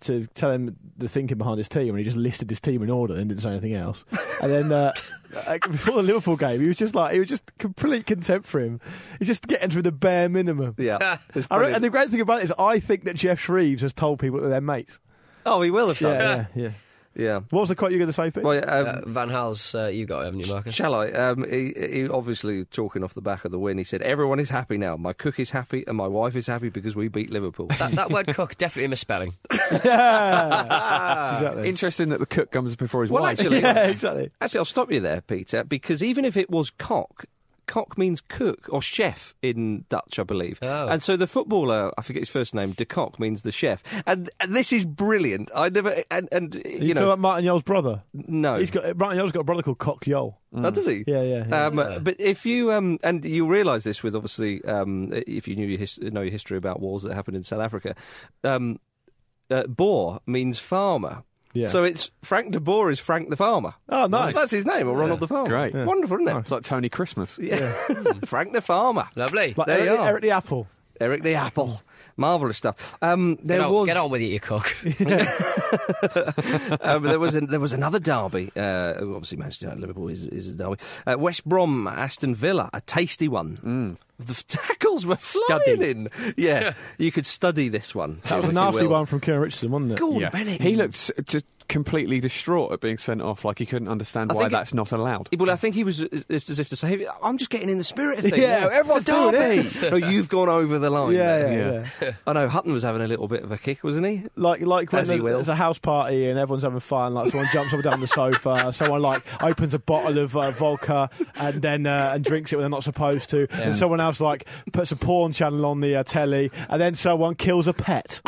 to tell him the thinking behind his team, and he just listed his team in order and didn't say anything else. and then uh, uh, before the Liverpool game, he was just like, he was just complete contempt for him. He's just getting through the bare minimum. yeah. It's I re- brilliant. and the great thing about it is, I think that Jeff Shreves has told people that they're mates. oh, he will have done. yeah, yeah. Yeah. What was the quote you were going to say, Pete? Well, um, Uh, Van Hal's, uh, you got it, haven't you, Marcus? Shall I? Um, he, he obviously talking off the back of the win. He said, "Everyone is happy now. My cook is happy, and my wife is happy because we beat Liverpool." That, that word cook, definitely misspelling. yeah. exactly. Interesting that the cook comes before his Well, wife. actually- yeah, exactly. Actually, I'll stop you there, Peter, because even if it was cock, cock means cook or chef in Dutch, I believe. Oh. And so the footballer, I forget his first name, de Kock means the chef. And, and this is brilliant. I never and and You, you talking know Oh, about Martin Yole's brother? no. He's got Martin Yole's got a brother called Cock Yole. Oh, does he? Yeah, yeah. yeah. Um, But if you um, and you realise this with obviously um, if you knew your his- know your history about wars that happened in South Africa, um, uh, Boer means farmer. yeah. So it's Frank de Boer is Frank the farmer. oh, nice. That's his name, or Ronald the farmer. Great. Yeah. wonderful, isn't it? Oh, it's like Tony Christmas. Yeah, Frank the farmer, Lovely. like there Eric, you are. Eric the Apple. Eric the apple, marvelous stuff. Um, there get, on, was get on with it, you cook. um, there was an there was another derby. Uh, obviously, Manchester United Liverpool is, is a derby. Uh, West Brom Aston Villa, a tasty one. Mm. The f- tackles were flying Study. in. Yeah, you could study this one. That if was a you nasty will. one from Kieran Richardson, wasn't it? Gordon Yeah. Bennett. He looked s- just completely distraught at being sent off, like he couldn't understand I why think it- that's not allowed. Well, I think he was as, as if to say, "I'm just getting in the spirit of things." Yeah, It's a everyone's doing derby. no, you've gone over the line. Yeah, there. yeah, Yeah. yeah. I know Hutton was having a little bit of a kick, wasn't he? Like, like when As he there's, will. there's a house party and everyone's having fun. Like someone jumps up and down the sofa, someone like opens a bottle of uh, vodka and then uh, and drinks it when they're not supposed to, and someone else like puts a porn channel on the uh, telly, and then someone kills a pet.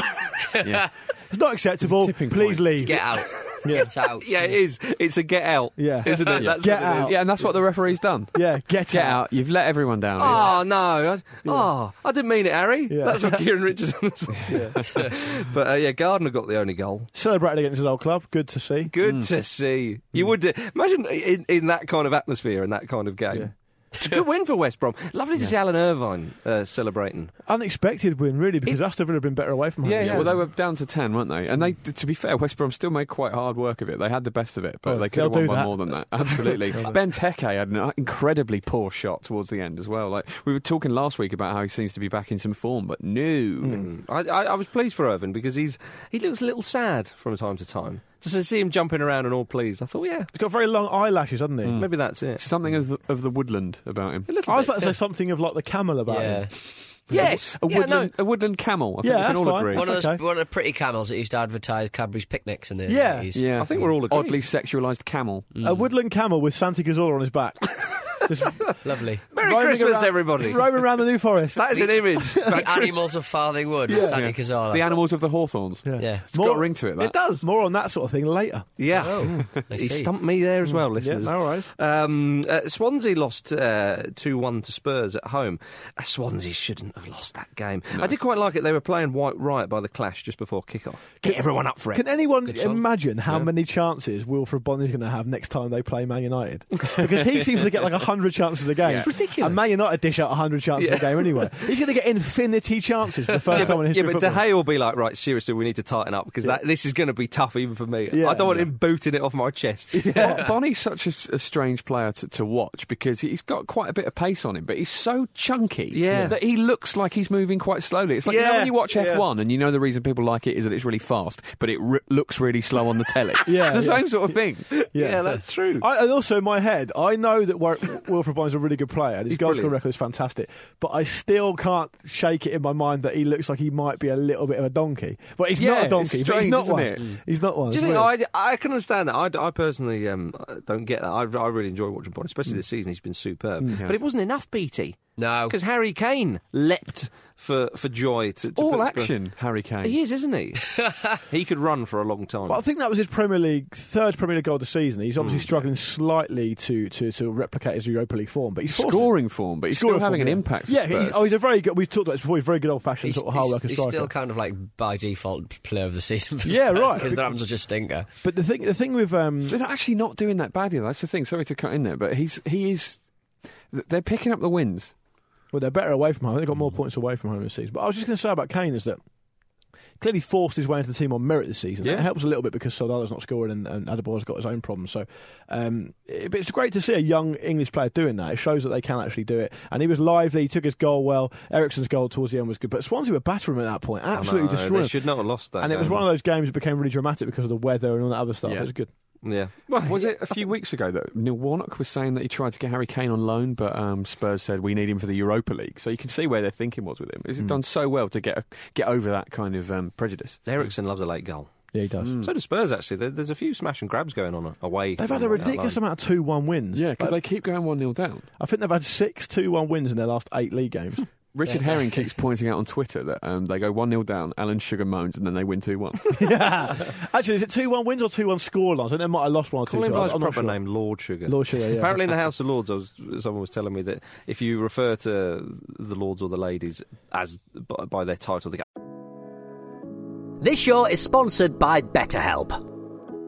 Yeah. It's not acceptable. tipping Please point. leave. Get out. Yeah. Get out. Yeah, it is. It's a get out, Yeah. isn't it? Yeah. That's Get what it is. out. yeah, and that's what the referee's done. Yeah, get, Get out. You've let everyone down. Oh no! I, Oh, I didn't mean it, Harry. Yeah. That's what Kieran Richardson was. but uh, yeah, Gardner got the only goal. Celebrated against his old club. Good to see. Good to see. You Mm. would uh, imagine in, in that kind of atmosphere in that kind of game. Yeah. It's a good win for West Brom. Lovely to see Alan Irvine uh, celebrating. Unexpected win, really, because Aston Villa have been better away from home. Yeah, this yeah. year. Well, they were down to ten, weren't they? And they, to be fair, West Brom still made quite hard work of it. They had the best of it, but Oh, they could have they'll won do by that. more than that. Absolutely. ben Teke had an incredibly poor shot towards the end as well. Like we were talking last week about how he seems to be back in some form, but no. Mm. Mm. I, I, I was pleased for Irvine because he's he looks a little sad from time to time. Just to see him jumping around and all pleased, I thought, yeah, He's got very long eyelashes, hasn't he? maybe that's it. Something of the, of the woodland about him. Mm. I was about to say something of like the camel about him. Yeah. Yes, A yeah, woodland, no. a woodland camel. I think Yeah, we can that's all fine. agree. One of, those, Okay. one of the pretty camels that used to advertise Cadbury's picnics in the Yeah. 80s. Yeah, I think we're all agreed. oddly sexualized camel. A Mm. woodland camel with Santa Gazzola on his back. Just Lovely. Merry roaming Christmas, around- everybody. Roaming around the New Forest. That is an image. the animals of Farthing Wood with Santa Cazorla. The animals of the hawthorns. yeah. It's got a ring to it. That. it does. More on that sort of thing later. Yeah. Oh, I He see. stumped me there Hmm. as well, listeners. no worries. Um, uh, Swansea lost uh, two one to Spurs at home. Uh, Swansea shouldn't have lost that game. I did quite like it. They were playing White Riot by the Clash just before kickoff. Get everyone up for it. Can anyone song. imagine how many chances Wilfred Bonny's going to have next time they play Man United? Because he seems to get like 100 chances a game. It's ridiculous. And Man United dish out 100 chances Yeah. a game anyway. He's going to get infinity chances for the first yeah, time in but, history yeah, of but De football. Gea will be like, right, seriously, we need to tighten up because that, this is going to be tough even for me. Yeah. I don't want him booting it off my chest. Bon- Bonnie's such a, s- a strange player to, to watch because he's got quite a bit of pace on him, but he's so chunky Yeah. that he looks like he's moving quite slowly. It's like you know Yeah, when you watch yeah. F1 and you know the reason people like it is that it's really fast, but it r- looks really slow on the telly. Yeah, it's the yeah. same sort of thing. yeah. that's true. I, and also in my head, I know that Wi- Wilfred Bonny's a really good player. and His He's goal scoring brilliant. record is fantastic, but I still can't shake it in my mind that he looks like he might be a little bit of a donkey. But he's Yeah, not a it's donkey. but strange, he's not isn't one. Mm. it? He's not one. Do you It's think weird. I, I can understand that? I, I personally um, don't get that. I, I really enjoy watching Bond, especially Hmm. this season. He's been superb. But it wasn't enough, BT. No. Because Harry Kane leapt for, for joy to, to All put Spurs- action, Harry Kane. He is, isn't he? he could run for a long time. Well, I think that was his Premier League third Premier League goal of the season. He's obviously struggling slightly to, to, to replicate his Europa League form, but he's forced it. Scoring form, but he's Scoring still having form, an yeah. impact. For Yeah, he's, Spurs. oh, he's a very good. We've talked about this before. He's a very good old-fashioned He's, sort of hard he's- working he's striker. still kind of like by default player of the season for Yeah, right. Because their happens such a stinker. But the thing, the thing with um, They're actually not doing that badly. That's the thing. Sorry to cut in there, but he's he is. They're picking up the wins. Well, they're better away from home. They've got more points away from home this season. But I was just going to say about Kane is that clearly forced his way into the team on merit this season. Yeah. It helps a little bit because Soldano's not scoring and, and Adebayo's got his own problems. So, um, it- but it's great to see a young English player doing that. It shows that they can actually do it. And he was lively. He took his goal well. Ericsson's goal towards the end was good. But Swansea were battering him at that point, absolutely I know, destroying. They him. should not have lost that. And it was game. one of those games that became really dramatic because of the weather and all that other stuff. Yeah. It was good. Yeah. was it a few weeks ago that Neil Warnock was saying that he tried to get Harry Kane on loan, but um, Spurs said we need him for the Europa League. So you can see where their thinking was with him. He's done so well to get get over that kind of um, prejudice. Hmm. Ericsson loves a late goal. Yeah, he does. So do Spurs, actually. There, there's a few smash and grabs going on away. Hmm. They've from had a Mm, that ridiculous line. amount of 2 1 wins. Yeah, because Like, they keep going one 0 down. I think they've had six 2 1 wins in their last eight league games. Richard Herring keeps pointing out on Twitter that um, they go one 0 down. Alan Sugar moans, and then they win two one. yeah. Actually, is it 2 1 wins or 2 1 scorelines? I think they might have lost one or two. Colin so Blythe's I'm not proper sure. name, Lord Sugar. Lord Shiller, yeah. Apparently, in the House of Lords, I was, someone was telling me that if you refer to the lords or the ladies as by, by their title, they go, This show is sponsored by BetterHelp.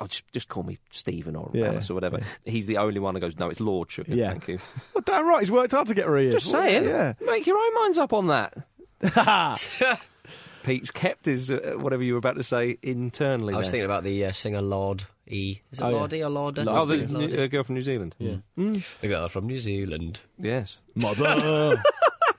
oh, just, just call me Stephen or Yeah. Alice or whatever. He's the only one who goes, no, it's Lord Sugar. Yeah. Thank you. Well, damn right, he's worked hard to get where he is. Just saying. Yeah. Make your own minds up on that. Pete's kept his, uh, whatever you were about to say, internally. I was there. thinking about the uh, singer Lord E. Is it Oh, yeah. Lord E or Lord? Oh, the new, uh, girl from New Zealand. Yeah. The girl from New Zealand. Yes. Mother.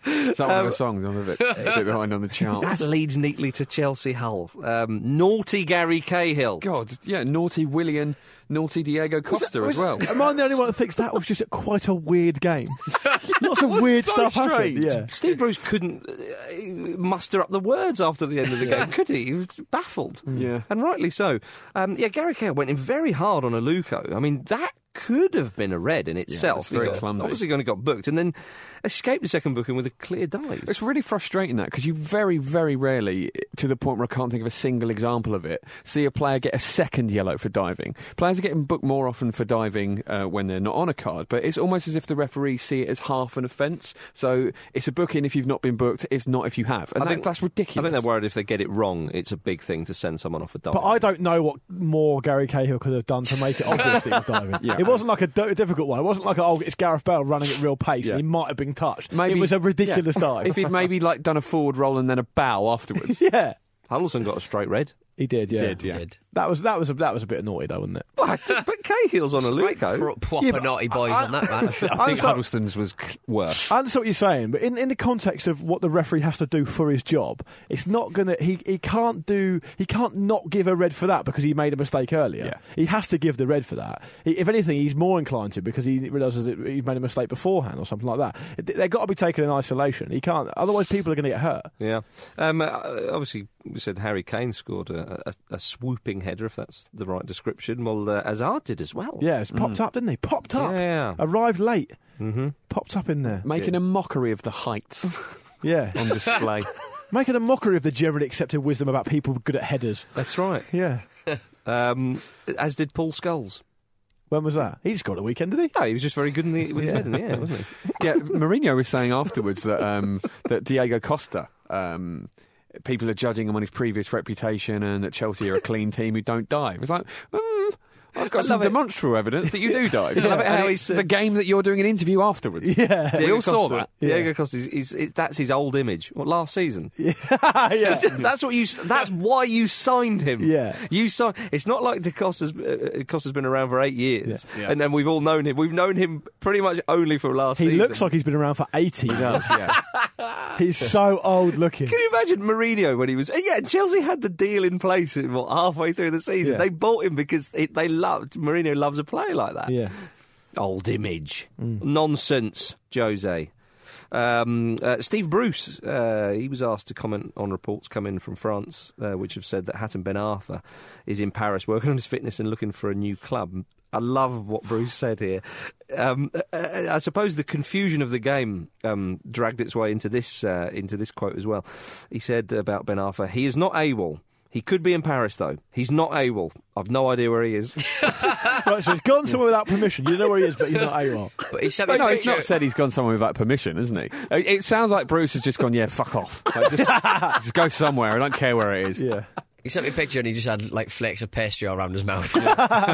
Is that one of the songs? I'm a bit, a bit behind on the That charts. leads neatly to Chelsea Hull. Um, naughty Gary Cahill. God, yeah, naughty Willian, naughty Diego Costa as well. Am I the only one that thinks that was just quite a weird game? Lots of weird so stuff happened. strange. Yeah. Steve Bruce couldn't uh, muster up the words after the end of the game, could he? He was baffled. Yeah. And rightly so. Um, yeah, Gary Cahill went in very hard on Aluko. I mean, that could have been a red in itself. it's very He got- clumsy. Obviously, only got booked and then escaped the second booking with a clear dive. It's really frustrating that because you very, very rarely, eh, to the point where I can't think of a single example of it, see a player get a second yellow for diving. Players are getting booked more often for diving uh, when they're not on a card, but it's almost as if the referees see it as half an offence. So it's a booking if you've not been booked, it's not if you have. And I that, think- that's I ridiculous. think they're worried if they get it wrong, it's a big thing to send someone off a dive. But I don't know what more Gary Cahill could have done to make it obvious that he was diving. Yeah. It wasn't like a d- difficult one. It wasn't like, oh, it's Gareth Bale running at real pace Yeah. and he might have been touched. Maybe- it was a ridiculous yeah. dive. if he'd maybe like done a forward roll and then a bow afterwards. yeah. Huddleston got a straight red. He did, yeah. did, yeah. Did. That was that was a, that was a bit naughty though, wasn't it? But, but Cahill's on Right, Aluko. pro- proper Yeah, but naughty boys I- on that man. I think understand- Huddleston's was c- worse. I understand what you're saying, but in, in the context of what the referee has to do for his job, it's not gonna he, he can't do he can't not give a red for that because he made a mistake earlier. Yeah. He has to give the red for that. He, if anything, he's more inclined to because he realizes that he's made a mistake beforehand or something like that. They- They've got to be taken in isolation. He can't otherwise people are going to get hurt. Yeah. Um, uh, obviously, we said Harry Kane scored a, a, a swooping header, if that's the right description. Well, uh, Hazard did as well. Yeah, it's Mm. popped up, didn't he? Popped up. Yeah. Uh, Arrived late. Mm-hmm. Popped up in there. Making a mockery of the heights Yeah. on display. Making a mockery of the generally accepted wisdom about people good at headers. That's right. Yeah. Um, as did Paul Scholes. When was that? He scored a weekend, did he? No, he was just very good in the, with his head in the air, wasn't he? yeah, Mourinho was saying afterwards that um, that Diego Costa. Um, People are judging him on his previous reputation, and that Chelsea are a clean team who don't dive. It's like mm, I've got I some love it. demonstrable evidence that you do dive. I love it And how it's he's, uh, the game that you're doing an interview afterwards. Yeah. we all saw that. Costa- Diego Costa, is, is, is, that's his old image. What, last season? yeah. that's what you. s- That's why you signed him. Yeah. you signed. It's not like De Costa's. Uh, Costa's been around for eight years, and then we've all known him. We've known him pretty much only for last He season. looks like he's been around for 80. He does, yeah. He's so old looking. Can you imagine Mourinho when he was? Yeah, Chelsea had the deal in place what, halfway through the season. Yeah. They bought him because it, they loved Mourinho loves a player like that. Yeah. Old image, nonsense, Jose. Um, uh, Steve Bruce, uh, he was asked to comment on reports come in from France, uh, which have said that Hatton Ben Arthur is in Paris working on his fitness and looking for a new club. I love what Bruce said here. Um, uh, uh, I suppose the confusion of the game um, dragged its way into this uh, into this quote as well. He said about Ben Arthur, he is not AWOL. He could be in Paris though. He's not AWOL. I've no idea where he is. Right, so he's gone somewhere without permission. You know where he is, but he's not AWOL. But he sent me a But no, he's picture- not said he's gone somewhere without permission, isn't he? Uh, It sounds like Bruce has just gone, yeah, fuck off. Like, just, just go somewhere. I don't care where it is. Yeah. He sent me a picture and he just had like flakes of pastry all around his mouth.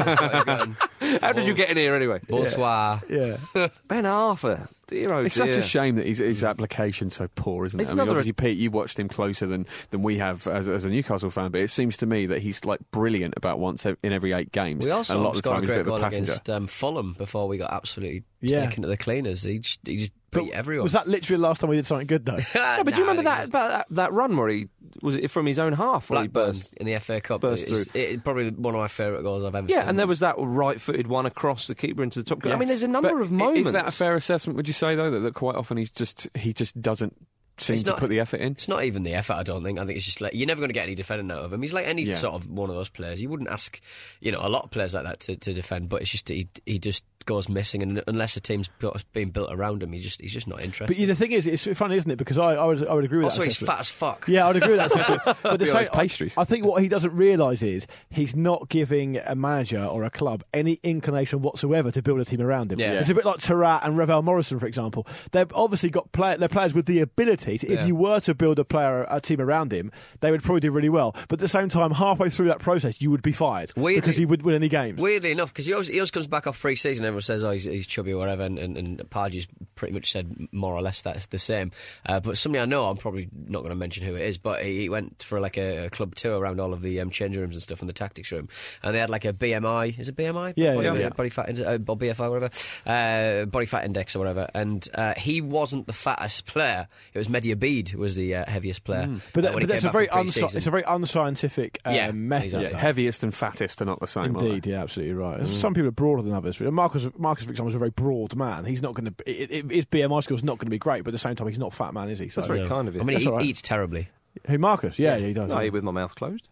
How did you get in here anyway? Bonsoir. Yeah. Ben Arthur, dear oh It's dear. such a shame that his, his application's so poor, isn't it? It's I mean, another- obviously, Pete, you watched him closer than, than we have as, as a Newcastle fan, but it seems to me that he's like brilliant about once ev- in every eight games. We and also a lot of the scored a time he's a great bit of goal a passenger. uh, against um, Fulham before we got absolutely Yeah. taken to the cleaners. He just, he just beat everyone. Was that literally the last time we did something good, though? Yeah, but do you remember that, about that that run where he was it from his own half where he Blackburn burst? in the FA Cup? burst It's- through. it- probably one of my favourite goals I've ever seen. Yeah, and there was that right-footed one across the keeper into the top. corner. I mean, there's a number But of i- moments. Is that a fair assessment? Would you say though that, that quite often he's just he just doesn't seem It's to not- put the effort in? It's not even the effort, I don't think. I think it's just like you're never going to get any defending out of him. He's like any Yeah. sort of one of those players. You wouldn't ask, you know, a lot of players like that to, to defend, but it's just he, he just goes missing, and unless a team's built, being built around him, he just he's just not interested. But yeah, the thing is, it's funny, isn't it? Because I, I, would, I would agree with also, that. he's assessment. fat as fuck. Yeah, I'd agree with that. assessment. but the Be honest, pastries. I think what he doesn't realise is he's not giving a manager or a club any inclination whatsoever to build a team around him. Yeah. It's a bit like Tarat and Ravel Morrison, for example. They've obviously got play- their players with the ability. To, if Yeah. you were to build a player, a team around him, they would probably do really well. But at the same time, halfway through that process, you would be fired Weirdly- because he would win any games. Weirdly enough, because he always, he always comes back off pre-season, everyone says, "Oh, he's, he's chubby or whatever," and, and, and Pardew's pretty much said more or less that's the same. Uh, but somebody I know, I'm probably not going to mention who it is, but he, he went for like a, a club tour around all of the um, change rooms and stuff in the tactics room, and they had like a BMI, is it BMI? Yeah, body, yeah, yeah. body fat index, uh, or BFI, whatever, uh, body fat index or whatever, and uh, he wasn't the fattest player. It was Media Bede who was the uh, heaviest player. Mm. But, uh, when that, but he that's came a back very from unsci- pre-season. it's a very unscientific uh, Yeah, method. exactly. Yeah, heaviest and fattest are not the same. are they? Indeed, yeah, absolutely right. Some people are broader than others. Marcus, Marcus, for example, is a very broad man. He's not going to it, it, his BMI score is not going to be great, but at the same time, he's not a fat man, is he? So, That's very kind of I you. mean, That's he all right. eats terribly. Who Marcus? Yeah, yeah, he does. No, yeah. with my mouth closed.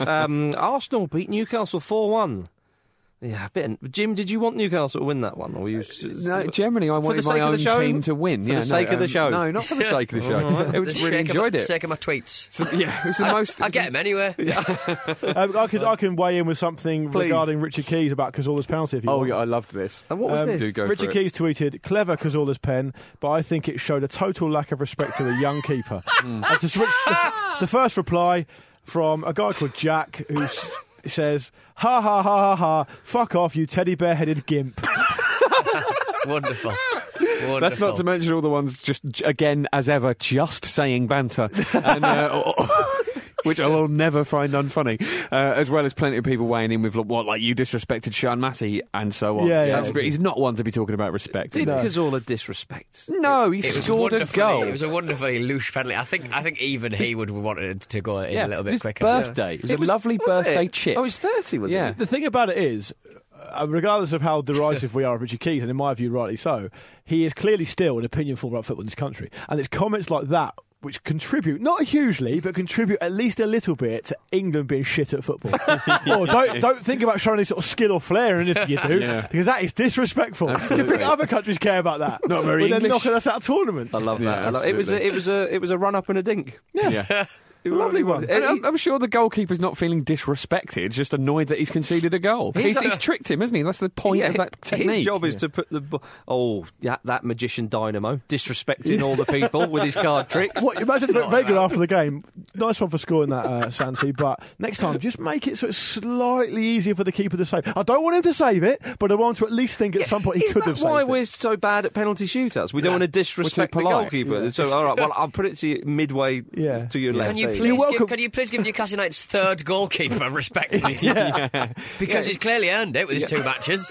um, Arsenal beat Newcastle four-one. Yeah, a bit. Jim, did you want Newcastle to win that one, or were you? No, generally I wanted the my sake of own the show? team to win. For yeah, the no, sake of the um, show? No, not for the sake of the show. it was really Sake of- enjoyed it. Sake of my tweets. So, yeah, it was the most. I get him anywhere. Um, I could I can weigh in with something Please. regarding Richard Keys about Cazorla's penalty. If you Oh want. yeah, I loved this. Uh, And what was Um, this? do go for Richard it. Keys tweeted, "Clever Cazorla's pen, but I think it showed a total lack of respect to the young keeper." And to switch the, the first reply from a guy called Jack who s- says, "Ha ha ha ha ha! Fuck off, you teddy bear headed gimp." Wonderful. That's Wonderful. not to mention all the ones just j- again as ever, just saying banter, and, uh, which I will never find unfunny. Uh, as well as plenty of people weighing in with like, what, like you disrespected Sean Massey and so on. Yeah, yeah. That's great. He's not one to be talking about respect. Did no. Cazorla disrespect? he It was scored a wonderfully. goal. It was a wonderfully loose friendly. I think. I think even he would want it to go in yeah, a little his bit quicker. birthday. It was a lovely Was birthday it? chip. Oh, he's thirty, was Yeah. it? The thing about it is, uh, regardless of how derisive we are of Richard Keys, and in my view, rightly so, he is clearly still an opinion former about football in this country. And it's comments like that which contribute, not hugely, but contribute at least a little bit to England being shit at football. or don't, don't think about showing any sort of skill or flair in it you do, Yeah. because that is disrespectful. Do you think Absolutely. other countries care about that? Not very When they're English. knocking us out of tournaments. I love that. Yeah, I love- it was a, absolutely. it was a it was a run up and a dink. yeah. It a lovely was- one. it- And I'm, I'm sure the goalkeeper's not feeling disrespected, just annoyed that he's conceded a goal. He's, He's- he's, tricked him, hasn't he? That's the point Yeah, of that his technique. job is to put the bo- oh yeah, that magician Dynamo disrespecting all the people with his card tricks. What, imagine Luke Vegan after the game. Nice one for scoring that, uh, Santi. But next time, just make it so it's slightly easier for the keeper to save. I don't want him to save it, but I want to at least think at some point he Is could that have saved why it. we're so bad at penalty shootouts? We don't want to disrespect the polite. goalkeeper. So, all right, well, I'll put it to you midway Yeah. to your left. Can you There please? You're welcome. Give, can you please give Newcastle United's third goalkeeper respect, please? Because he's clearly earned it with his two matches.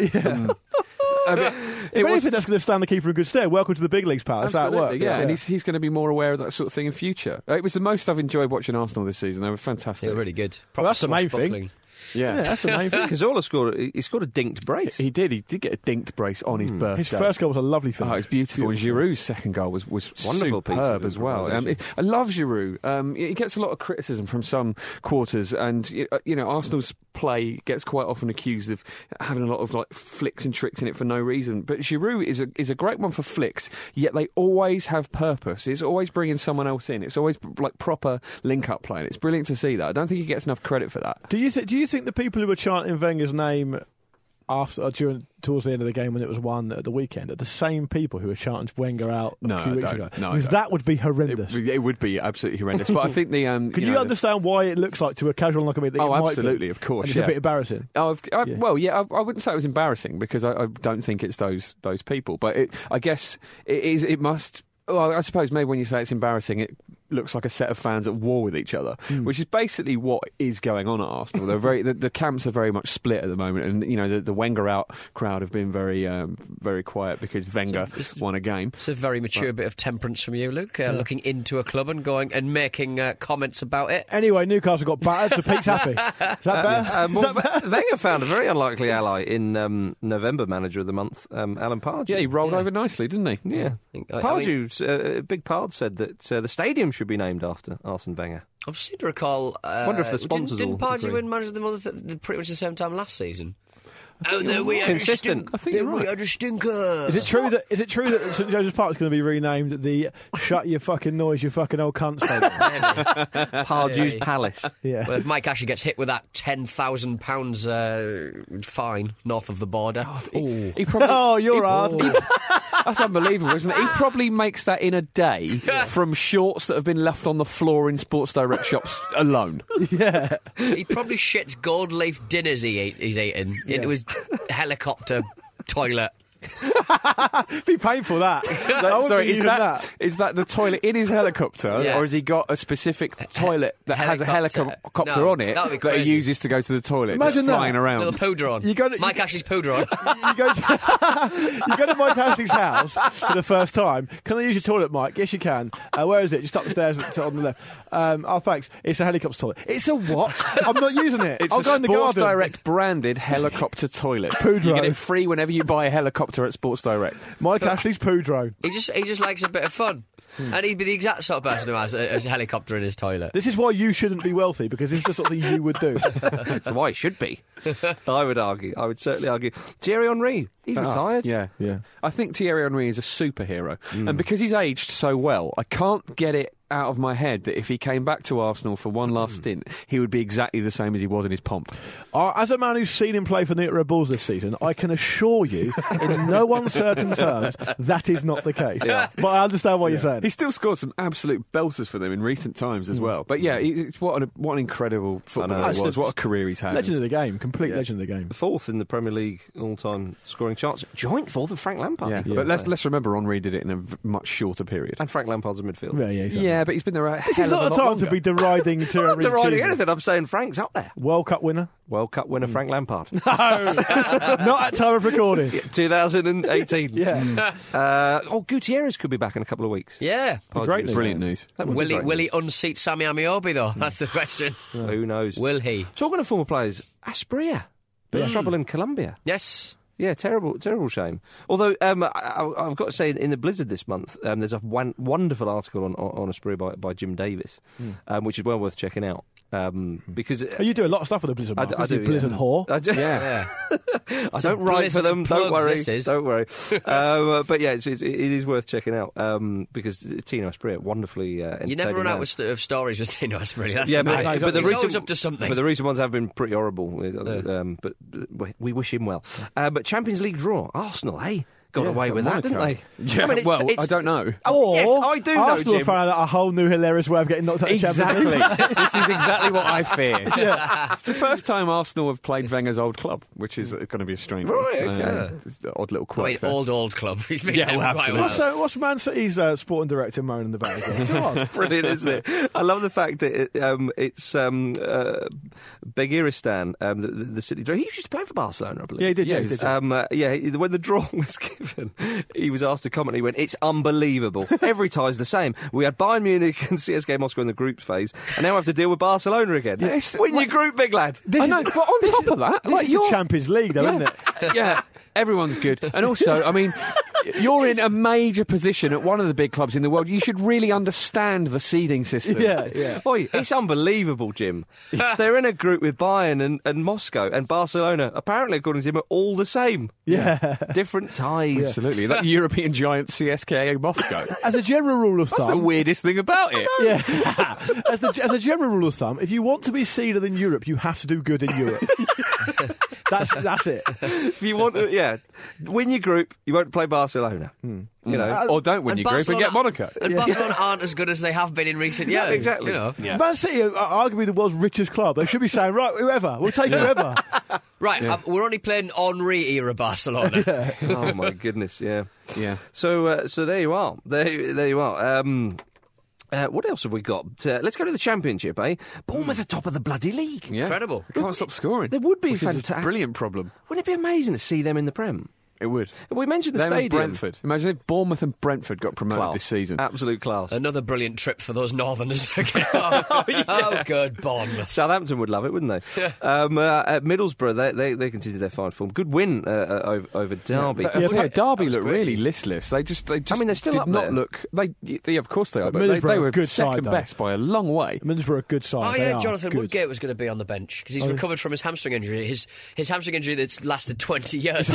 I mean, it If was- anything, that's going to stand the keeper in good stead. Welcome to the big leagues, pal. That's how it Absolutely, works. Yeah, and he's, he's going to be more aware of that sort of thing in future. Uh, It was the most I've enjoyed watching Arsenal this season. They were fantastic. They were really good. Well, that's the main thing. swashbuckling. yeah. Yeah, that's the main thing. Cazorla scored. He he scored a dinked brace. He did. He did get a dinked brace on his birthday. His first goal was a lovely Oh, finish. it's beautiful. And Giroud's second goal was, was Wonderful piece of superb as well. Um, improvisation. I love Giroud. Um, he gets a lot of criticism from some quarters, and y- uh, you know Arsenal's play gets quite often accused of having a lot of like flicks and tricks in it for no reason. But Giroud is a is a great one for flicks. Yet they always have purpose. It's always bringing someone else in. It's always like proper link up play. And it's brilliant to see that. I don't think he gets enough credit for that. Do you think? Do you think the people who were chanting Wenger's name after or during towards the end of the game when it was won at the weekend are the same people who were chanting Wenger out No, a I few weeks don't. ago? No, I because don't. that would be horrendous. It, it would be absolutely horrendous. But I think the um, Can you, you, know, the- understand why it looks like to a casual like me that it Oh, might be? absolutely, of course, And it's yeah. a bit embarrassing. Oh, I've, I, Yeah. well, yeah, I, I wouldn't say it was embarrassing because I, I don't think it's those those people, but it, I guess it is. It must. Well, I suppose maybe when you say it's embarrassing, it looks like a set of fans at war with each other, which is basically what is going on at Arsenal. They're very the, the camps are very much split at the moment, and you know the, the Wenger out crowd have been very um, very quiet because Wenger won a game. It's a very mature bit of temperance from you, Luke. Uh, Looking into a club and going and making uh, comments about it. Anyway, Newcastle got battered, so Pete's happy. Is that fair? Uh, more, Wenger found a very unlikely ally in um, November Manager of the Month, um, Alan Pardew. Yeah, he rolled over nicely, didn't he? Yeah. think- I- I Pardew, uh, Big Pard said that uh, the stadium should be named after Arsene Wenger. I seem to recall. Uh, Wonder if the sponsors didn't, didn't all Pardew agree. win Manager of the Month at the- pretty much the same time last season? Oh no, we had Consistent. A stink- I think you're we right. had a stinker. Is it true that is it true that St Joseph's Park is going to be renamed the "Shut Your Fucking Noise, You Fucking Old Cunt" stadium? Pardew's Hey. Palace. Uh, Yeah. Well, if Mike Ashley gets hit with that ten thousand pounds uh, fine north of the border, Ooh. He probably, oh, you're hard. That's unbelievable, isn't it? He probably makes that in a day from shorts that have been left on the floor in Sports Direct shops alone. he probably shits gold leaf dinners he ate, he's eating into his helicopter toilet. be painful that. I wouldn't Sorry, be is using that, is that the toilet in his helicopter, Yeah. or has he got a specific toilet that has a helicopter. helicopter No, on it that would be that he crazy. uses to go to the toilet, just Imagine that. flying around? Little poo drawn. You gotta- Mike you- Ashley's poo drawn. you go to you go to Mike Ashley's house for the first time. Can I use your toilet, Mike? Yes, you can. Uh, where is it? Just upstairs at- on the left. Um, oh, thanks. It's a helicopter toilet. It's a what? I'm not using it. It's I'll a go in the Sports garden. Direct branded helicopter toilet. you Poudreau. get it free whenever you buy a helicopter at Sports Direct. Mike Ashley's poo drone. He just he just likes a bit of fun, and he'd be the exact sort of person who has a, a helicopter in his toilet. This is why you shouldn't be wealthy because this is the sort of thing you would do. That's why it should be. I would argue. I would certainly argue. Thierry Henry, he's retired. Ah, Yeah, Yeah. I think Thierry Henry is a superhero, Mm. and because he's aged so well, I can't get it out of my head that if he came back to Arsenal for one Mm. last stint, he would be exactly the same as he was in his pomp. Uh, as a man who's seen him play for the Red Bulls this season, I can assure you, in no uncertain terms, that is not the case. But I understand what you're saying. He's still scored some absolute belters for them in recent times as well. But yeah, he- it's what an what an incredible footballer he It's was. the- What a career he's had. legend of the game, complete legend of the game. Fourth in the Premier League all-time scoring charts, joint fourth of Frank Lampard. Yeah, but let's let's remember Henri did it in a v- much shorter period. and Frank Lampard's a midfielder. Yeah, yeah, exactly. Yeah, but he's been there. A This is not a time to be deriding I'm Thierry not deriding Henry's anything. I'm saying Frank's up there. World Cup winner? World Cup winner Frank Lampard, No, not at time of recording. 2018. Yeah, Uh, oh, Gutierrez could be back in a couple of weeks. Yeah. Pardew great was- Brilliant news. That would be Will he, great will he news. unseat Sammy Amiobi, though? That's the question. Who knows? Will he? Talking of former players, Aspria, bit of trouble in Colombia. Yes. Yeah, terrible, terrible shame. Although um, I, I- I've got to say, in the Blizzard this month, um, there's a wan- wonderful article on on, on Aspria by, by Jim Davis, Hmm. um, which is well worth checking out um, because. Oh, you do a lot of stuff with the Blizzard. I Mark, d- I you do, yeah. Blizzard whore. I do- Yeah. I don't write for Blizzard them. Don't plugs, worry. this is. Don't worry. um, uh, but yeah, it's, it's, it is worth checking out um, because Tino Esprit, wonderfully. Uh, You never entertaining run out man. with st- of stories with Tino Asprey. That's Yeah, the but, thing. but the he's recent, always up to something. But the recent ones have been pretty Uh, horrible. with- Um, but we- we wish him well. Uh, but Champions League draw, Arsenal, eh? got away with that, didn't they? Yeah, I mean, it's, well, it's, I don't know. Oh, yes, I do know, Arsenal Jim. found out a whole new hilarious way of getting knocked out of the Champions Exactly. League. this is exactly what I fear. It's the first time Arsenal have played Wenger's old club, which is going to be a strange one. Right, okay. it's an odd little I quote. mean, there. old, old club. He's been Yeah, there well, quite a absolutely. while. What's, uh, what's Man City's uh, sporting director moaning about? again? Come on. Brilliant, isn't it? I love the fact that it, um, it's um, uh, Begiristan, um, the, the the city. He used to play for Barcelona, I believe. Yeah, he did, yeah, he did, yeah. Um, uh, yeah, he- when the draw was given, he was asked to comment. He went, "It's unbelievable. Every tie's the same. We had Bayern Munich and CSK Moscow in the group phase, and now we have to deal with Barcelona again. Yes. Win your group, big lad." I know, but on top of that, This like is you're, the Champions League, though, isn't it? yeah, everyone's good. And also, I mean, you're in a major position at one of the big clubs in the world. You should really understand the seeding system. Yeah, yeah. Oi, it's unbelievable, Jim. They're in a group with Bayern and, and Moscow and Barcelona. Apparently, according to him, are all the same. Yeah. Different ties. Absolutely. That European giant CSKA Moscow. As a general rule of That's the thumb. weirdest thing about it. Yeah. as, the, as a general rule of thumb, if you want to be seeded in Europe, you have to do good in Europe. that's that's it. If you want to, yeah, win your group, you won't play Barcelona. Hmm. You know, Or don't win And your group and get Monaco. And Barcelona aren't as good as they have been in recent years. exactly. You know. Man City are arguably the world's richest club. They should be saying, right, whoever, we'll take whoever. Right, um, we're only playing Henri era Barcelona. oh my goodness, yeah. Yeah. So, uh, so there you are. There, there you are. Um, uh, what else have we got? Uh, let's go to the championship, eh? Bournemouth are top of the bloody league. Hmm. Yeah. Incredible. They can't stop scoring. There would be which is a fanta- brilliant problem. Wouldn't it be amazing to see them in the Prem? It would. We mentioned the Them and stadium. Brentford. Imagine if Bournemouth and Brentford got promoted Class. this season. Absolute class. Another brilliant trip for those Northerners. again. oh, good Bournemouth. Southampton would love it, wouldn't they? Um, uh, at Middlesbrough, they, they, they continued their fine form. Good win uh, uh, over, over Derby. But, yeah, Derby looked really listless. They just, they just mean, they're still did up not there. look. They, yeah, of course they are. But But they, they Middlesbrough, were good side, second though. best by a long way. Middlesbrough are a good side. Oh They yeah, are Jonathan good. Woodgate was going to be on the bench because he's recovered from his hamstring injury. His his hamstring injury that's lasted twenty years.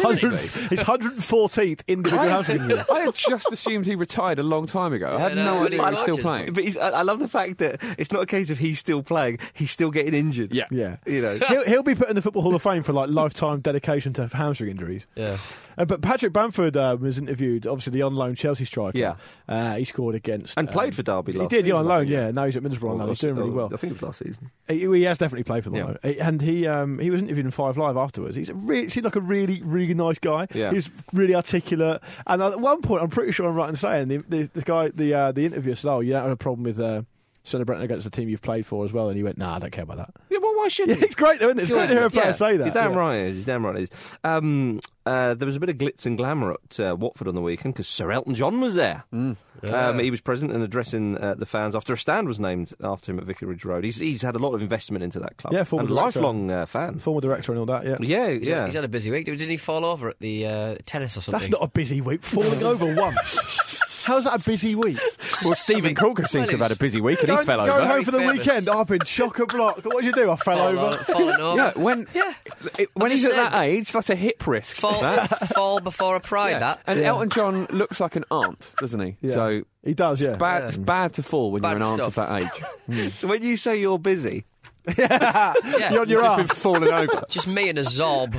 He's 100 he's 114th individual housing unit. I had just assumed he retired a long time ago. I had no, no I idea he didn't was still realise it. playing. But he's, I, I love the fact that it's not a case of he's still playing, he's still getting injured. Yeah. Yeah. You know. he'll, he'll be put in the Football Hall of Fame for like lifetime dedication to hamstring injuries. Yeah. Uh, but Patrick Bamford uh, was interviewed, obviously the on loan Chelsea striker. Yeah. Uh, he scored against. um, And played for Derby He last did, yeah, on season, I loan, think, yeah. Now he's at Middlesbrough on loan. He's doing really well. Oh, I think it was last season. He, he has definitely played for them, Yeah. though. and he um, he was interviewed in Five Live afterwards. He's a really, seemed like a really really nice guy. Yeah. He was really articulate. And at one point, I'm pretty sure I'm right in saying the the, the guy the uh, the interviewer said, "Oh, you don't have a problem with uh, celebrating against the team you've played for as well." And he went, "Nah, I don't care about that." Yeah, well, why shouldn't Yeah, he? it's great though, isn't it? It's great to hear a player Yeah, say that. You're damn Yeah. right it is. You're damn right it is. Um, uh, there was a bit of glitz and glamour at uh, Watford on the weekend because Sir Elton John was there. Mm. Um, he was present and addressing uh, the fans after a stand was named after him at Vicarage Road. He's, he's had a lot of investment into that club. Yeah, former and a director. lifelong uh, fan. Former director and all that. Yeah. Yeah, He's, yeah. had, he's had a busy week. Didn't he fall over at the uh, tennis or something? That's not a busy week. Falling over once. How's that a busy week? Well, Stephen Corker seems to have had a busy week and he Going, fell going over. home for the Very weekend. I've been shock a block. What did you do? I fell fall over. falling over. Yeah, when it- when I'm he's just at that age, that's a hip risk. Fall, that. fall before a pride. Yeah. That And Elton John looks like an aunt, doesn't he? Yeah. So He does, yeah. bad, it's bad to fall when Bad you're an aunt stuff. of that age. So when you say you're busy, yeah. You're on your Just arse. been falling over. Just me and a zob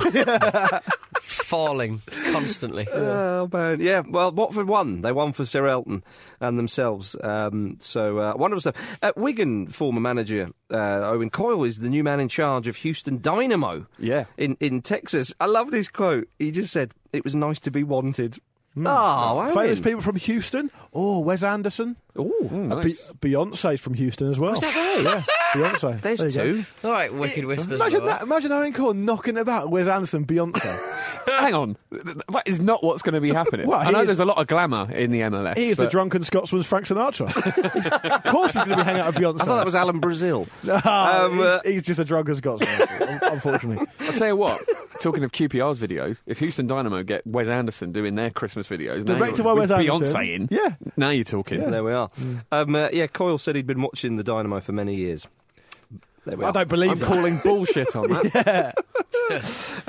falling constantly. Oh man, yeah. Well, Watford won. They won for Sir Elton and themselves. Um, so uh, wonderful stuff. At Wigan, former manager uh, Owen Coyle is the new man in charge of Houston Dynamo. Yeah. in in Texas. I love this quote. He just said, "It was nice to be wanted." Oh, Owen. Hmm. Famous people from Houston. Oh, Wes Anderson. Ooh, Oh, Uh, Be- Beyonce's from Houston as well. Yeah, Beyonce. there's There you go. two. All right, wicked whispers. Imagine Laura. that. Imagine Owen Cole knocking about Wes Anderson, Beyonce. Hang on, that is not what's going to be happening. Well, I he know is- there's a lot of glamour in the MLS. He is the but- drunken Scotsman's Frank Sinatra. of course, he's going to be hanging out with Beyonce. I thought that was Alan Brazil. Ah, Um, he's, uh, he's just a drunken Scotsman, un- unfortunately. I'll tell you what. Talking of QPR's videos, if Houston Dynamo get Wes Anderson doing their Christmas videos, now Directed you're- by with Wes Beyonce Anderson. in, Yeah. now you're talking. Hmm. There we are. Um, uh, yeah, Coyle said he'd been watching the Dynamo for many years. There we I are. don't believe I'm that. calling bullshit on that.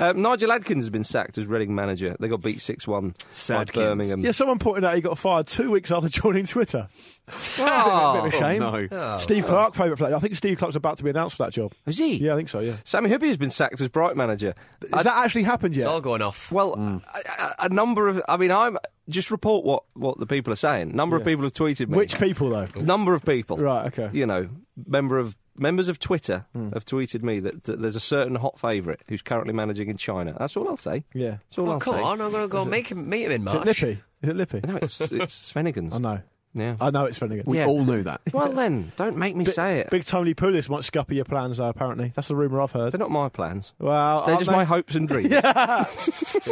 Um, Nigel Adkins has been sacked as Reading manager. They got beat 6 1 by Sadkins. Birmingham. Yeah, someone pointed out he got fired two weeks after joining Twitter. Oh, a bit of a shame. no. Oh. Steve Clark favourite for that. I think Steve Clark's about to be announced for that job. Is he? Yeah, I think so. Yeah, Sammy Hubby has been sacked as Bright manager. has that actually happened It's all yet? going off. Well, Hmm. a, a- a number of. I mean, I'm just report what, what the people are saying. Number of Yeah. people have tweeted me. Which people though? number of people? Right. Okay. You know, member of members of Twitter Hmm. have tweeted me that, that there's a certain hot favourite who's currently managing in China. That's all I'll say. Yeah. That's all Oh, I'll come say. on, I'm going to go make him, meet him in Is it March. Lippy? Is it Lippy? No, it's it's Svennigan's. I know. Yeah. I know it's Finnegan. We Yeah. all knew that. well then, don't make me Bi- say it. Big Tony Pulis might scupper your plans though. Apparently, that's the rumor I've heard. They're not my plans. Well, They're aren't just they? my hopes and dreams.